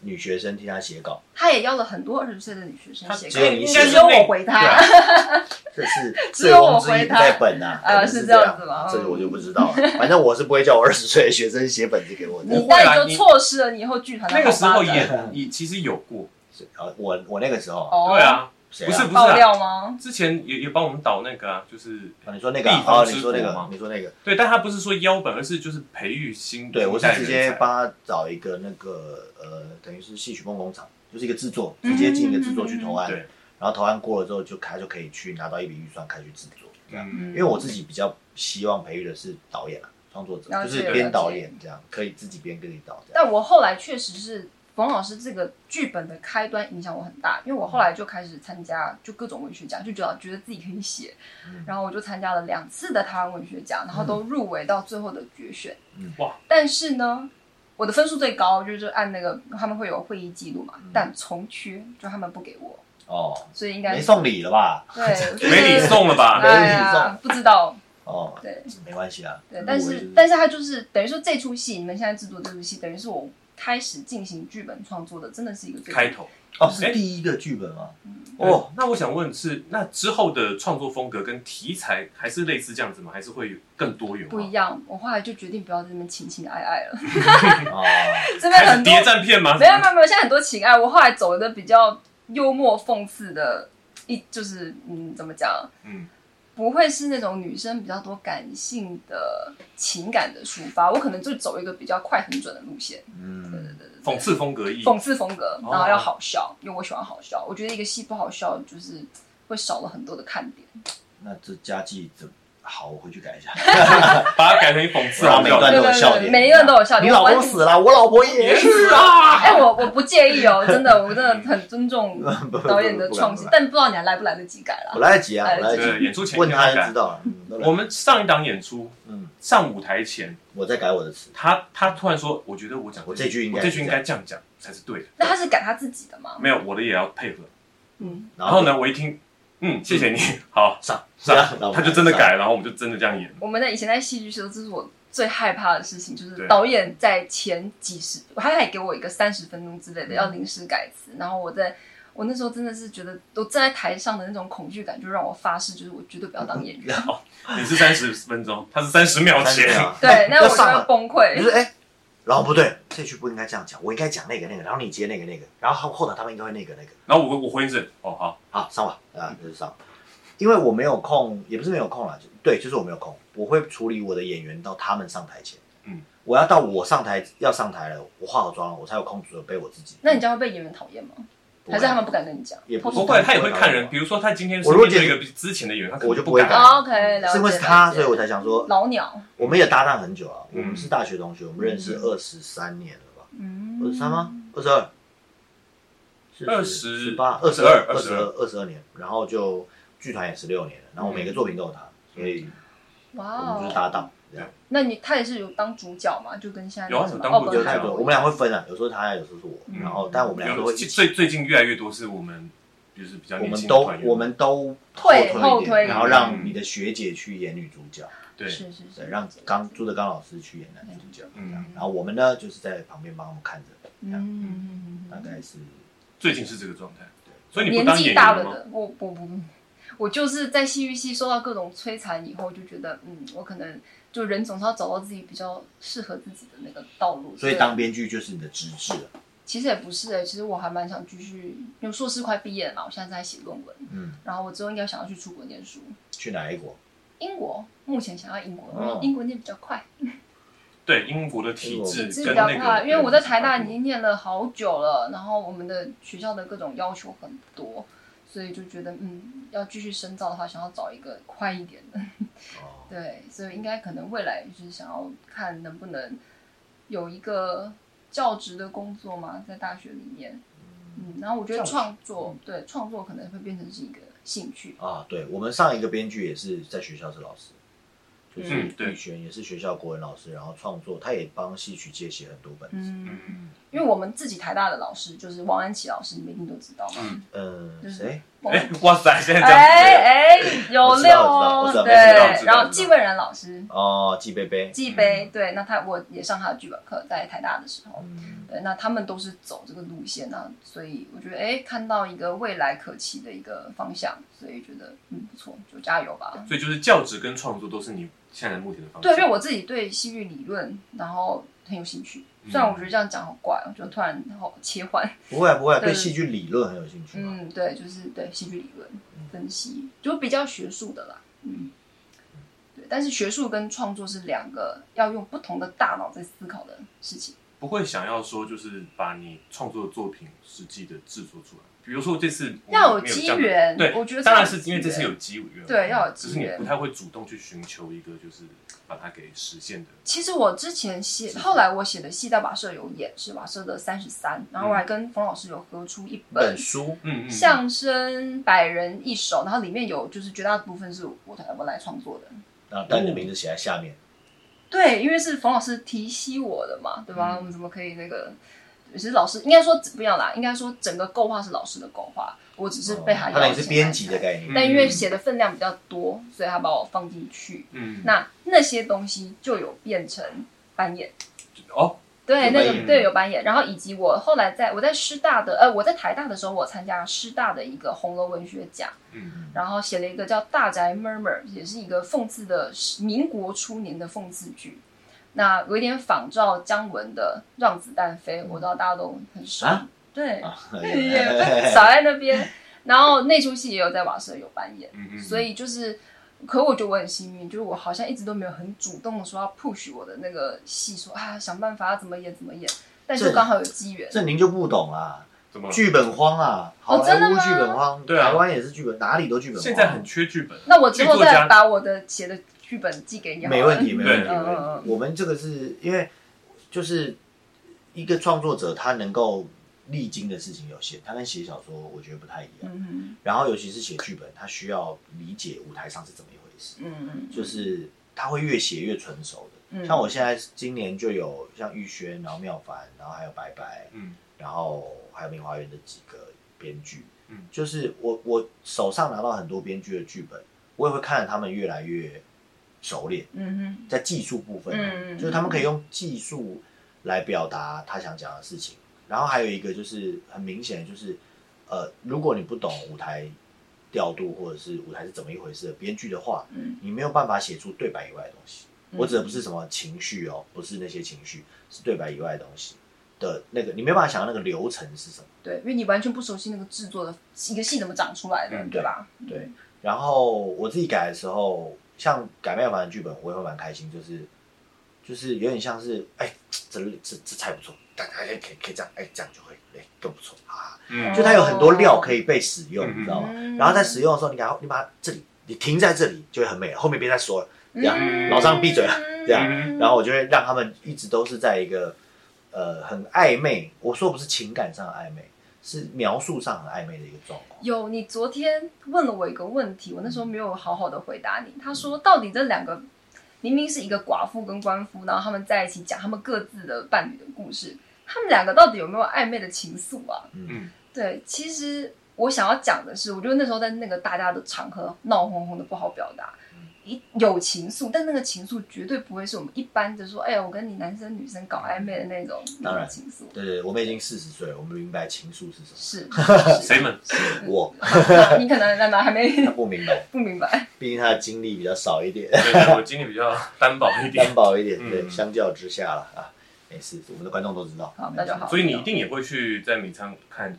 Speaker 2: 女学生替他写稿，
Speaker 3: 他也邀了很多二十岁的女学生
Speaker 1: 他
Speaker 3: 写
Speaker 2: 只有
Speaker 3: 歌，
Speaker 2: 你
Speaker 1: 应该
Speaker 2: 写
Speaker 1: 是
Speaker 3: 只有
Speaker 1: 那
Speaker 3: 我回他。
Speaker 1: 啊
Speaker 2: 这 是
Speaker 3: 只
Speaker 2: 醉
Speaker 3: 有我
Speaker 2: 翁之
Speaker 3: 回
Speaker 2: 意不
Speaker 3: 他
Speaker 2: 在本呐、
Speaker 3: 呃
Speaker 2: 可能
Speaker 3: 是
Speaker 2: 是
Speaker 3: 这样
Speaker 2: 样
Speaker 3: 子吗嗯
Speaker 2: 这个我就不知道了。反正我是不会叫我二十岁的学生写本子给我的
Speaker 1: 不。
Speaker 3: 你
Speaker 1: 会啦
Speaker 3: 那你
Speaker 1: 你
Speaker 3: 就错失了你以后剧团的
Speaker 1: 那个
Speaker 3: 好
Speaker 1: 时
Speaker 3: 发
Speaker 1: 候
Speaker 3: 展
Speaker 1: 也也其实有过，
Speaker 2: 是呃我我那个时候，
Speaker 3: 哦，
Speaker 1: 对，啊，
Speaker 2: 谁、啊？
Speaker 1: 不是不是
Speaker 3: 爆
Speaker 1: 啊，
Speaker 3: 料吗？
Speaker 1: 之前也也帮我们导那个啊，就是
Speaker 2: 哦你说那个啊、
Speaker 1: 地方
Speaker 2: 哦，
Speaker 1: 之
Speaker 2: 你说那
Speaker 1: 国嘛
Speaker 2: 个，你说那个，
Speaker 1: 对，但他不是说腰本，而是就是培育新
Speaker 2: 对我是
Speaker 1: 新一代
Speaker 2: 直
Speaker 1: 人
Speaker 2: 接
Speaker 1: 才
Speaker 2: 帮他找一个那个呃，等于是戏曲梦工厂，就是一个制作，
Speaker 3: 嗯
Speaker 2: 直接进一个制作去投
Speaker 1: 嗯
Speaker 2: 案，
Speaker 1: 嗯嗯嗯对
Speaker 2: 然后投案过了之后就开就可以去拿到一笔预算开始去制作，这样。
Speaker 1: 嗯
Speaker 2: 因为我自己比较希望培育的是导演啊，创作者，
Speaker 3: 了
Speaker 2: 就
Speaker 3: 解
Speaker 2: 是编导演这样，可以自己编自己导这样。
Speaker 3: 但我后来确实是冯老师这个剧本的开端影响我很大，因为我后来就开始参加就各种文学奖，就觉得觉得自己可以写，
Speaker 2: 嗯
Speaker 3: 然后我就参加了两次的台湾文学奖，然后都入围到最后的决选。
Speaker 2: 嗯
Speaker 1: 哇！
Speaker 3: 但是呢。我的分数最高，就是按那个他们会有会议记录嘛，但从缺，就他们不给我，
Speaker 2: 哦，
Speaker 3: 所以应该
Speaker 2: 没送礼了吧？
Speaker 3: 对，我觉 得
Speaker 1: 没礼送了吧？
Speaker 3: 哎
Speaker 2: 没
Speaker 3: 呀
Speaker 2: 礼，
Speaker 3: 不知道，
Speaker 2: 哦，
Speaker 3: 对，
Speaker 2: 没关系啊。
Speaker 3: 对
Speaker 2: 入，围
Speaker 3: 但
Speaker 2: 就是
Speaker 3: 但是他就是等于说这出戏，你们现在制作这出戏，等于是我开始进行剧本创作的，真的是嗯一个最
Speaker 1: 开头
Speaker 2: 哦，是
Speaker 1: 哎
Speaker 2: 第一个剧本吗？哦，
Speaker 1: 哦，那我想问是，那之后的创作风格跟题材还是类似这样子吗？还是会更多元
Speaker 3: 不一
Speaker 1: 化？
Speaker 3: 样。我后来就决定不要在那边情情爱爱 了，
Speaker 2: 哦，
Speaker 3: 这边
Speaker 1: 开始
Speaker 3: 很多
Speaker 1: 谍战片吗？
Speaker 3: 没有没有没有，现在很多情爱，我后来走一个比较幽默讽刺的，一就是嗯怎么讲，
Speaker 1: 嗯，
Speaker 3: 不会是那种女生比较多感性的情感的抒发，我可能就走一个比较快很准的路线。
Speaker 2: 嗯，
Speaker 1: 讽刺风格意，
Speaker 3: 讽刺风格，
Speaker 1: 哦
Speaker 3: 然后要好笑，因为我喜欢好笑。我觉得一个戏不好笑，就是会少了很多的看点。
Speaker 2: 那这家计怎么好？我回去改一 下。
Speaker 1: 把它改成讽刺
Speaker 2: 不然
Speaker 1: 好笑
Speaker 2: 啊每 段
Speaker 1: 的。
Speaker 2: 都有笑点，
Speaker 3: 每一个人都有笑点
Speaker 2: 你老公死了，我老婆也是 啊。
Speaker 3: 哎、我我不介意 哦，真的，我真的很尊重导演的创
Speaker 2: 不不不
Speaker 3: 新，
Speaker 2: 不不
Speaker 3: 但不知道你还来不来得及改
Speaker 2: 我
Speaker 3: 了。
Speaker 2: 来得及啊，我
Speaker 1: 对，
Speaker 2: 来得及。
Speaker 1: 演出前
Speaker 2: 问
Speaker 1: 一定
Speaker 2: 他
Speaker 1: 要
Speaker 2: 就
Speaker 1: 改
Speaker 2: 知。道了。嗯都来
Speaker 1: 我们上一档演出
Speaker 2: 嗯，
Speaker 1: 上舞台前，
Speaker 2: 我再改我的词。
Speaker 1: 他他突然说，我觉得我讲
Speaker 2: 我这句应该
Speaker 1: 我这句
Speaker 2: 是
Speaker 1: 应
Speaker 2: 这样
Speaker 1: 该这样讲才是对的。
Speaker 3: 那他是改他自己的吗？
Speaker 1: 没有，我的也要配合。
Speaker 3: 嗯，
Speaker 2: 啊
Speaker 1: 然后？呢，我一听，嗯，谢谢你， 好，
Speaker 2: 上
Speaker 1: 是啊
Speaker 2: 上，然后我们
Speaker 1: 他就真的
Speaker 2: 上。
Speaker 1: 改，然后我们就真的这样演。
Speaker 3: 我们在以前在戏剧社，这是我最害怕的事情，就是
Speaker 2: 啊
Speaker 1: 对
Speaker 3: 导演在前几十，他还给我一个三十分钟之
Speaker 2: 嗯
Speaker 3: 类的要临时改词，然后我在。我那时候真的是觉得，我站在台上的那种恐惧感，就让我发誓，就是我绝对不要当演 员。
Speaker 1: 你是三十分钟，他是三十秒
Speaker 2: 三十
Speaker 1: 前。
Speaker 2: 秒
Speaker 3: 对，那
Speaker 2: 要
Speaker 3: 我就
Speaker 2: 上
Speaker 3: 会
Speaker 2: 了。
Speaker 3: 崩溃
Speaker 2: 你。说哎，然后不对，这句不应该这样讲，我应该讲那个那个，然后你接那个那个，然后后后台他们应该会那个那个。
Speaker 1: 然后我我回应是哦好，
Speaker 2: 好，上吧，啊，就是上，因为我没有空，也不是没有空了，就对，就是我没有空，我会处理我的演员到他们上台前，
Speaker 1: 嗯，
Speaker 2: 我要到我上台要上台了，我化好妆了，我才有空准备我自己。
Speaker 3: 那你这样会被演员讨厌吗？
Speaker 2: 不会啊
Speaker 3: 还是他们不敢跟你讲？
Speaker 2: 也不是
Speaker 1: 不会他也会看人，比如说他今天是
Speaker 2: 我如果
Speaker 1: 面对一
Speaker 2: 觉
Speaker 1: 个
Speaker 2: 得
Speaker 1: 比之前的演员，他可
Speaker 2: 我
Speaker 1: 能
Speaker 2: 就
Speaker 1: 就
Speaker 2: 不
Speaker 1: 不
Speaker 2: 会
Speaker 1: 敢
Speaker 2: 敢
Speaker 1: 了。
Speaker 3: 哦 OK，了解。
Speaker 2: 是因为是他，
Speaker 3: 了解嗯
Speaker 2: 所以我才想说，
Speaker 3: 老鸟，
Speaker 2: 我们也搭档很久了，
Speaker 1: 嗯
Speaker 2: 我们是大学同学，我们认识二十三年了吧？
Speaker 3: 嗯，
Speaker 2: 二十三吗？二十二？
Speaker 1: 20
Speaker 2: 十八、二十
Speaker 1: 22
Speaker 2: 二十二、二十二年，然后就剧团也十六年了，然后我每个作品都有他，所以
Speaker 3: 哇
Speaker 2: 我
Speaker 3: 哦，
Speaker 2: 们就是搭档。这样
Speaker 3: 那你他也是有当主角嘛？就跟现在那
Speaker 1: 有啊
Speaker 3: 什么
Speaker 1: 有当
Speaker 3: 哦
Speaker 1: 过
Speaker 3: 不
Speaker 2: 有
Speaker 1: 主角
Speaker 2: 太多，我们俩会分啊，有时候他，有时候是我，
Speaker 3: 嗯
Speaker 2: 然后但我们俩都
Speaker 1: 有
Speaker 2: 会一
Speaker 1: 最
Speaker 2: 起，
Speaker 1: 最最近越来越多是我们就是比较
Speaker 2: 我
Speaker 1: 年
Speaker 2: 们
Speaker 1: 轻
Speaker 2: 都
Speaker 1: 的团员，
Speaker 2: 我们都
Speaker 3: 退
Speaker 2: 后
Speaker 3: 后推
Speaker 2: 一点，然嗯后让你的学姐去演女主角，
Speaker 1: 对
Speaker 3: 是是是，
Speaker 2: 对，让刚朱德刚老师去演男主角，
Speaker 1: 嗯
Speaker 2: 这样然后我们呢就是在旁边帮他们看着，这样
Speaker 3: 嗯，
Speaker 2: 大概是
Speaker 1: 最近是这个状态
Speaker 2: 对。
Speaker 1: 所以你不
Speaker 3: 年
Speaker 1: 当演
Speaker 3: 纪
Speaker 1: 员
Speaker 3: 大了
Speaker 1: 吗？
Speaker 3: 的，我我不，我就是在戏剧系受到各种摧残以后，就觉得嗯，我可能就人总是要找到自己比较适合自己的那个道路。
Speaker 2: 所以当编剧就是你的资质了，
Speaker 3: 其实也不是哎、其实我还蛮想继续，因为硕士快毕业了嘛，我现在在写论文，
Speaker 2: 嗯，
Speaker 3: 然后我之后应该想要去出国念书，
Speaker 2: 去哪一国？
Speaker 3: 英国目前想要英国，因
Speaker 2: 哦
Speaker 3: 为英国念比较快，
Speaker 1: 对英国的体
Speaker 2: 是
Speaker 1: 制
Speaker 3: 体制比
Speaker 1: 跟
Speaker 3: 较
Speaker 1: 那
Speaker 3: 快，
Speaker 1: 个，
Speaker 3: 因为我在台大已经念了好久了，然后我们的学校的各种要求很多，所以就觉得嗯，要继续深造的话，想要找一个快一点的。
Speaker 2: 哦，
Speaker 3: 对，所以应该可能未来就是想要看能不能有一个教职的工作嘛，在大学里面。嗯，然后我觉得
Speaker 2: 教职
Speaker 3: 创作，对创作可能会变成是一个兴趣。
Speaker 2: 啊，对，我们上一个编剧也是在学校是老师，就是
Speaker 1: 嗯对
Speaker 2: 玉璇也是学校国文老师，然后创作，他也帮戏曲界写很多本子，
Speaker 3: 嗯，
Speaker 1: 嗯，
Speaker 3: 因为我们自己台大的老师就是王安琪老师，你们一定都知道嘛。
Speaker 1: 嗯
Speaker 2: 嗯，
Speaker 3: 就是
Speaker 2: 谁？
Speaker 3: 王
Speaker 1: 哎，哇塞，现在这样
Speaker 3: 哎哎，有
Speaker 2: 我知
Speaker 3: 料
Speaker 2: 道
Speaker 3: 哦
Speaker 2: 我知道我知道，
Speaker 3: 对
Speaker 1: 知道知道。
Speaker 3: 然后
Speaker 1: 知道
Speaker 3: 季蔚然老师，
Speaker 2: 哦，纪贝贝，
Speaker 3: 季杯，对，那他我也上他的剧本课，在台大的时候。
Speaker 2: 嗯，
Speaker 3: 对，那他们都是走这个路线那所以我觉得哎，看到一个未来可期的一个方向，所以觉得嗯不错，就加油吧
Speaker 1: 子，。所以就是教职跟创作都是你现在目前的方
Speaker 3: 对，
Speaker 1: 向。
Speaker 3: 因为我自己对戏剧理论，然后很有兴趣。虽然我觉得这样讲好怪，哦，就突然好切换。
Speaker 2: 不会啊不会啊，
Speaker 3: 对
Speaker 2: 对戏剧理论很有兴趣吗？
Speaker 3: 嗯，对，就是对戏剧理论
Speaker 1: 嗯
Speaker 3: 分析，就比较学术的啦。嗯，对，但是学术跟创作是两个要用不同的大脑在思考的事情。
Speaker 1: 不会想要说就是把你创作的作品实际的制作出来，比如说这次我们
Speaker 3: 要有
Speaker 1: 没这
Speaker 3: 机
Speaker 1: 样的
Speaker 3: 缘
Speaker 1: 对，
Speaker 3: 我觉得
Speaker 1: 当然
Speaker 3: 要有
Speaker 1: 是因为这次
Speaker 3: 机缘
Speaker 1: 有机缘，
Speaker 3: 对要有
Speaker 1: 只
Speaker 3: 机
Speaker 1: 是你
Speaker 3: 缘
Speaker 1: 不太会主动去寻求一个就是把它给实现的，
Speaker 3: 其实我之前写，后来我写的戏在瓦舍有演，是瓦舍的三十三，然后
Speaker 1: 嗯
Speaker 3: 我还跟冯老师有合出一本
Speaker 2: 本书
Speaker 1: 嗯嗯，
Speaker 3: 相声百人一首，然后里面有就是绝大部分是我台我来创作的。
Speaker 2: 啊，但你的名字写在下
Speaker 3: 嗯
Speaker 2: 面，
Speaker 3: 对，因为是冯老师提携我的嘛，对吧？我们怎么可以那个？其实老师应该说不要啦，应该说整个构画是老师的构画，我只是被他
Speaker 2: 哦他等
Speaker 3: 邀
Speaker 2: 于
Speaker 3: 请。
Speaker 2: 是编辑的，嗯概念，
Speaker 3: 但因为写的分量比较多，所以他把我放进去。
Speaker 1: 嗯，
Speaker 3: 那那些东西就有变成扮演。
Speaker 1: 哦，
Speaker 3: 对，
Speaker 2: 有
Speaker 3: 那
Speaker 2: 扮
Speaker 3: 个
Speaker 2: 演
Speaker 3: 对有扮演，然后以及我后来在我在师大的呃，我在台大的时候，我参加师大的一个红楼文学奖，
Speaker 1: 嗯，
Speaker 3: 然后写了一个叫《大宅 murmur》，也是一个讽刺的民国初年的讽刺剧。那有一点仿照姜文的《让子弹飞》，我知道大家都很熟，
Speaker 2: 啊
Speaker 3: 对，
Speaker 2: 啊，
Speaker 3: 少在那边。然后那出戏也有在瓦舍有扮演，
Speaker 1: 嗯嗯嗯
Speaker 3: 所以就是，可我觉得我很幸运，就是我好像一直都没有很主动的说要 push 我的那个戏，说啊想办法要怎么演怎么演，但就
Speaker 2: 这
Speaker 3: 刚好有机缘。
Speaker 2: 这您就不懂啦，
Speaker 1: 怎么了
Speaker 2: 剧本荒啊，好
Speaker 3: 哦真的
Speaker 2: 莱坞
Speaker 3: 吗
Speaker 2: 剧本荒，
Speaker 1: 嗯对啊
Speaker 2: 台湾也是剧本，哪里都剧本荒，啊
Speaker 1: 现在很缺剧本，
Speaker 3: 那我之后
Speaker 1: 剧作
Speaker 3: 再
Speaker 1: 家
Speaker 3: 把我的写的剧本寄给你好了，
Speaker 2: 没问题，没问题，
Speaker 1: 对
Speaker 2: 没
Speaker 3: 嗯嗯
Speaker 2: 问
Speaker 3: 嗯
Speaker 2: 题。我们这个是因为就是一个创作者，他能够历经的事情有限，他跟写小说我觉得不太一样。
Speaker 3: 嗯
Speaker 2: 然后尤其是写剧本，他需要理解舞台上是怎么一回事，
Speaker 3: 哼嗯
Speaker 2: 就是他会越写越成熟
Speaker 3: 嗯
Speaker 2: 的。像我现在今年就有像玉轩，然后妙凡，然后还有白白，
Speaker 1: 嗯
Speaker 2: 然后还有明华园的几个编剧，
Speaker 1: 嗯
Speaker 2: 就是我我手上拿到很多编剧的剧本，我也会看着他们越来越熟练。
Speaker 3: 嗯
Speaker 2: 在技术部分，啊
Speaker 3: 嗯
Speaker 2: 就是他们可以用技术来表达他想讲的事情。然后还有一个就是很明显，就是呃，如果你不懂舞台调度或者是舞台是怎么一回事的编剧的话，
Speaker 3: 哼嗯
Speaker 2: 你没有办法写出对白以外的东西。
Speaker 3: 嗯
Speaker 2: 我指的不是什么情绪哦，不是那些情绪，是对白以外的东西的那个，你没办法想到那个流程是什么。
Speaker 3: 对，因为你完全不熟悉那个制作的一个戏怎么长出来的，
Speaker 1: 嗯
Speaker 3: 对吧？
Speaker 2: 对，然后我自己改的时候，像改麦凡的剧本，我也会蛮开心，就是就是有点像是，哎，这这这菜不错，大家哎可以可以这样，哎这样就会，哎更不错啊，
Speaker 1: 嗯
Speaker 2: 就它有很多料可以被使用，
Speaker 1: 嗯
Speaker 2: 你知道吗？
Speaker 3: 嗯
Speaker 2: 然后在使用的时候，你赶快你把它这里你停在这里就会很美，后面别再说了，这样、
Speaker 1: 嗯
Speaker 2: 老张闭嘴了，这样，
Speaker 1: 嗯
Speaker 2: 然后我就会让他们一直都是在一个呃很暧昧，我说不是情感上的暧昧，是描述上很暧昧的一个状况。
Speaker 3: 有，你昨天问了我一个问题，我那时候没有好好的回答你。他说，到底这两个明明是一个寡妇跟官夫，然后他们在一起讲他们各自的伴侣的故事，他们两个到底有没有暧昧的情愫啊？
Speaker 1: 嗯，
Speaker 3: 对，其实我想要讲的是，我觉得那时候在那个大家的场合闹哄哄的不好表达
Speaker 2: 嗯，
Speaker 3: 一有情愫，但那个情愫绝对不会是我们一般的说，哎呀，我跟你男生女生搞暧昧的那种那
Speaker 2: 当
Speaker 3: 种
Speaker 2: 然
Speaker 3: 情愫。
Speaker 2: 对对，对我们已经四十岁了，我们明白情愫是什么。
Speaker 3: 是，
Speaker 1: 谁们？
Speaker 3: 是
Speaker 2: 我
Speaker 3: 你可能奶奶还没
Speaker 2: 他不明 白，
Speaker 3: 不明白。
Speaker 2: 毕竟他的经历比较少一点，
Speaker 1: 对对我经历比较单薄一 点
Speaker 2: 单，薄一点，
Speaker 1: 嗯
Speaker 2: 对，相较之下了啊，没事，我们的观众都知道。
Speaker 3: 好那就好
Speaker 1: 所以你一定也会去在米仓看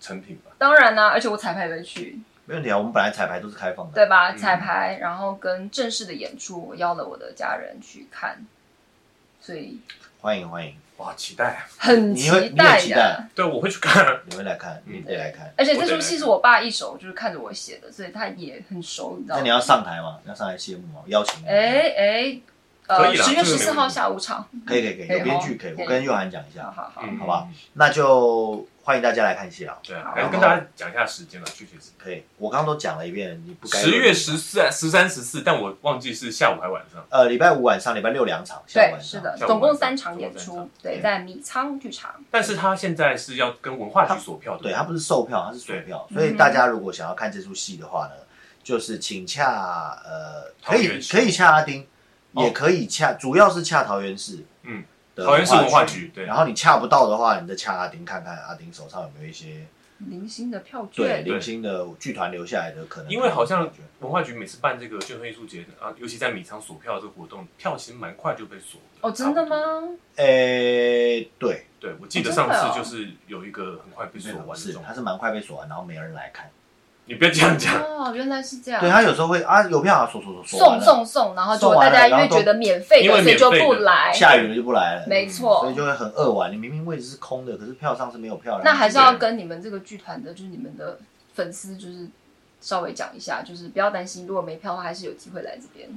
Speaker 1: 成品吧？
Speaker 3: 当然啦、而且我彩排也没去，
Speaker 2: 没问题啊，我们本来彩排都是开放的。
Speaker 3: 对吧？
Speaker 1: 嗯
Speaker 3: 彩排，然后跟正式的演出，我邀了我的家人去看，所以
Speaker 2: 欢迎欢迎，
Speaker 1: 哇，期待啊！
Speaker 3: 很
Speaker 2: 你会
Speaker 3: 期
Speaker 2: 你
Speaker 3: 待
Speaker 2: 也
Speaker 3: 呀、
Speaker 2: 期待，
Speaker 1: 对，我会去 看。
Speaker 2: 你会来看，
Speaker 1: 嗯
Speaker 2: 你得来看。
Speaker 3: 而且这出戏是我爸一手就是看着我写的，所以他也很熟，你知道
Speaker 2: 那
Speaker 3: 吗
Speaker 2: 你？要上台吗？要上台谢幕吗？邀请你。
Speaker 3: 哎哎，
Speaker 1: 可
Speaker 3: 呃，
Speaker 1: 以啦
Speaker 3: 十
Speaker 1: 这
Speaker 3: 月
Speaker 1: 个
Speaker 3: 十
Speaker 1: 没问题
Speaker 3: 四号下午场，
Speaker 2: 可以可以可以，有编剧可以，
Speaker 3: 可以
Speaker 2: 我跟佑涵讲一下
Speaker 3: 好。好好，
Speaker 1: 嗯
Speaker 2: 好吧？那就欢迎大家来看戏了。
Speaker 1: 对啊，
Speaker 3: 好
Speaker 1: 还是跟大家讲一下时间了，具体是
Speaker 2: 可以，我刚刚都讲了一遍，你不该
Speaker 1: 十月十四、十三、十四，但我忘记是下午还晚上。
Speaker 2: 呃礼拜五晚上，礼拜六两场，下午
Speaker 3: 对，
Speaker 2: 晚
Speaker 3: 是
Speaker 2: 上。
Speaker 3: 的，
Speaker 1: 下午
Speaker 3: 总共
Speaker 1: 晚上嗯
Speaker 3: 三场演
Speaker 1: 总共
Speaker 3: 出
Speaker 1: 三，
Speaker 3: 对，
Speaker 2: 对
Speaker 3: 在米仓剧场，
Speaker 1: 但是他现在是要跟文化局索票的，
Speaker 2: 对，它不是售票，它是索票，
Speaker 3: 对
Speaker 2: 所以大家
Speaker 3: 嗯
Speaker 2: 如果想要看这出戏的话呢，就是请洽呃，可
Speaker 1: 桃
Speaker 2: 以
Speaker 1: 园市
Speaker 2: 可以洽阿丁，
Speaker 1: 哦
Speaker 2: 也可以洽，主要是洽桃园市，
Speaker 1: 嗯，
Speaker 2: 的
Speaker 1: 桃园市文化局对
Speaker 2: 然后你洽不到的话，你再洽阿丁看看阿丁手上有没有一些
Speaker 3: 零星的票
Speaker 2: 对
Speaker 3: 券，
Speaker 2: 零星的剧团留下来的可能，
Speaker 1: 因为好像文化局每次办这个眷村艺术节啊，尤其在米仓索票这个活动，票其实蛮快就被索了
Speaker 3: 哦，真的？
Speaker 1: 差不多
Speaker 3: 吗？
Speaker 2: 诶对，
Speaker 1: 对，我记得
Speaker 3: 哦真
Speaker 1: 上
Speaker 3: 的哦
Speaker 1: 次就是有一个很快被索完
Speaker 2: 是
Speaker 1: 的状
Speaker 2: 它
Speaker 1: 况。
Speaker 2: 是蛮快被锁完，然后没人来看。
Speaker 1: 你不要这样 讲，
Speaker 3: 哦，原来是这样，
Speaker 2: 对他有时候会啊，邮票啊，锁锁锁锁完
Speaker 3: 送
Speaker 2: 了，
Speaker 3: 送送，然后结
Speaker 2: 送
Speaker 3: 果
Speaker 2: 完了
Speaker 3: 大家因为
Speaker 2: 然后都
Speaker 3: 觉得免费
Speaker 1: 因为
Speaker 3: 的，所以
Speaker 1: 免
Speaker 3: 就
Speaker 1: 费
Speaker 3: 不
Speaker 1: 的
Speaker 3: 来，
Speaker 2: 下雨了就不来了，
Speaker 3: 没
Speaker 2: 所
Speaker 3: 错
Speaker 2: 以。就会很扼腕。你明明位置是空的，可是票上是没有票的。
Speaker 3: 那还是
Speaker 2: 对
Speaker 3: 要跟你们这个剧团的，就是你们的粉丝，就是稍微讲一下，就是不要担心，如果没票的话，还是有机会来这边，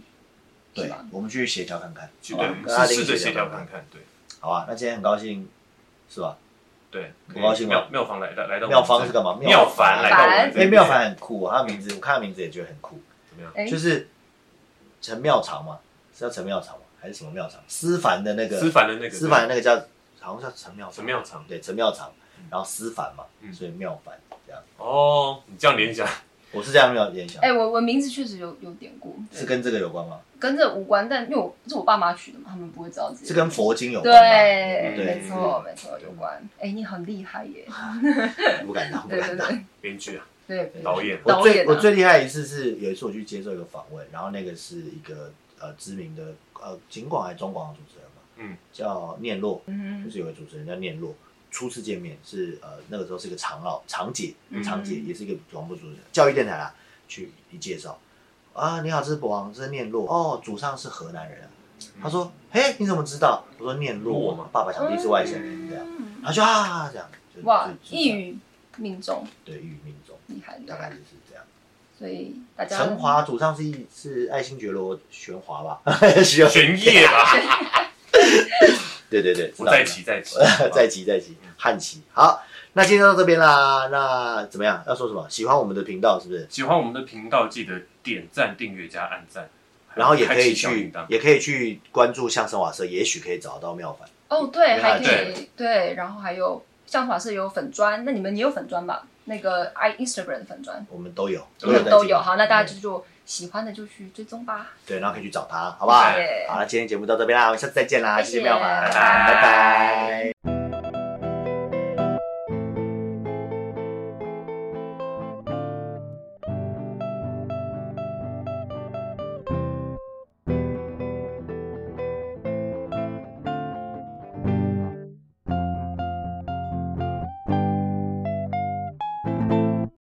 Speaker 3: 是
Speaker 2: 对
Speaker 3: 吧？，
Speaker 2: 我们去协调看看，
Speaker 1: 去
Speaker 2: 好吧
Speaker 1: 对，
Speaker 2: 跟阿
Speaker 1: 我们
Speaker 2: 丁
Speaker 1: 试着协
Speaker 2: 协
Speaker 1: 调看
Speaker 2: 看，
Speaker 1: 看，对
Speaker 2: 好吧？那今天很高兴，是吧？
Speaker 1: 对。
Speaker 2: 我高兴了
Speaker 1: 妙妙芳来来来到我们
Speaker 2: 妙芳
Speaker 1: 这
Speaker 2: 是干嘛？
Speaker 1: 妙凡来到我们这
Speaker 2: 哎，
Speaker 1: 里，
Speaker 2: 妙凡很酷啊，他的名字我看他名字也觉得很酷，
Speaker 1: 怎么样？
Speaker 3: 哎，
Speaker 2: 就是陈妙长嘛，是叫陈妙长吗？还是什么妙长？思凡的那个
Speaker 1: 思凡的那个
Speaker 2: 思凡那个叫好像叫陈妙
Speaker 1: 陈妙长
Speaker 2: 对陈妙长，然后思凡嘛，
Speaker 1: 嗯
Speaker 2: 所以妙凡这样，
Speaker 1: 哦，你这样联想，
Speaker 2: 我是这样联想，
Speaker 3: 哎，我我名字确实有有典故，对
Speaker 2: 是跟这个有关吗？
Speaker 3: 跟这无关，但因为我是我爸妈取的嘛，他们不会知道自己
Speaker 2: 是跟佛经有关吧？
Speaker 3: 对，
Speaker 2: 对
Speaker 3: 没错没错有关。哎，你很厉害耶！
Speaker 2: 不敢当，不
Speaker 3: 对
Speaker 2: 敢
Speaker 3: 对
Speaker 2: 当。
Speaker 3: 对
Speaker 1: 编剧啊，
Speaker 3: 对，
Speaker 2: 对
Speaker 1: 导演
Speaker 2: 我
Speaker 3: 导
Speaker 2: 最
Speaker 3: 演啊
Speaker 2: 我最厉害一次是有一次我去接受一个访问，然后那个是一个呃知名的呃景广还是中广的主持人嘛，
Speaker 1: 嗯，
Speaker 2: 叫念洛，就
Speaker 3: 嗯
Speaker 2: 是有个主持人叫念洛，初次见面是呃那个时候是一个长老长姐
Speaker 3: 嗯，
Speaker 2: 长姐也是一个广播主持人，教育电台啦，去一介绍啊，你好，这是博王，这是念洛，哦，祖上是河南人啊、他说，嘿，你怎么知道？我说念
Speaker 1: 洛
Speaker 2: 洛
Speaker 1: 嘛
Speaker 2: 嘛，爸爸想必是外省人这样，
Speaker 3: 嗯，
Speaker 2: 他就啊这样，就
Speaker 3: 哇
Speaker 2: 就，就这
Speaker 3: 一
Speaker 2: 样
Speaker 3: 语命中，
Speaker 2: 对一语命中，
Speaker 3: 厉害厉
Speaker 2: 大概
Speaker 3: 害
Speaker 2: 就。是这样。
Speaker 3: 所以大家
Speaker 2: 陈华祖上是一是爱新觉罗玄华吧？
Speaker 1: 玄烨吧，
Speaker 2: 对对对，
Speaker 1: 我在骑在骑
Speaker 2: 在齐在齐汉齐。好，那今天就到这边啦。那怎么样？要说什么？喜欢我们的频道是不是？
Speaker 1: 喜欢我们的频道，记得点赞、订阅加按赞，
Speaker 2: 然后也
Speaker 1: 开
Speaker 2: 可以
Speaker 1: 启小
Speaker 2: 去
Speaker 1: 铃铛，
Speaker 2: 也可以去关注相声瓦舍，也许可以找到妙凡。
Speaker 3: 哦，对，
Speaker 2: 对
Speaker 3: 还可以对，然后还有像法是有粉砖，那你们也有粉砖吧？那个 i Instagram 的粉砖，
Speaker 2: 我们都有，
Speaker 1: 我
Speaker 3: 你们
Speaker 2: 在
Speaker 3: 都
Speaker 2: 这里
Speaker 3: 有。好，那大家就就喜欢的就去追踪吧。
Speaker 2: 对，然后可以去找他，好不好？
Speaker 1: 对
Speaker 3: 耶
Speaker 2: 好，那今天节目到这边啦，我们下次再见啦，谢谢
Speaker 3: 谢谢
Speaker 2: 妙凡，
Speaker 3: 拜
Speaker 1: 拜
Speaker 2: 拜拜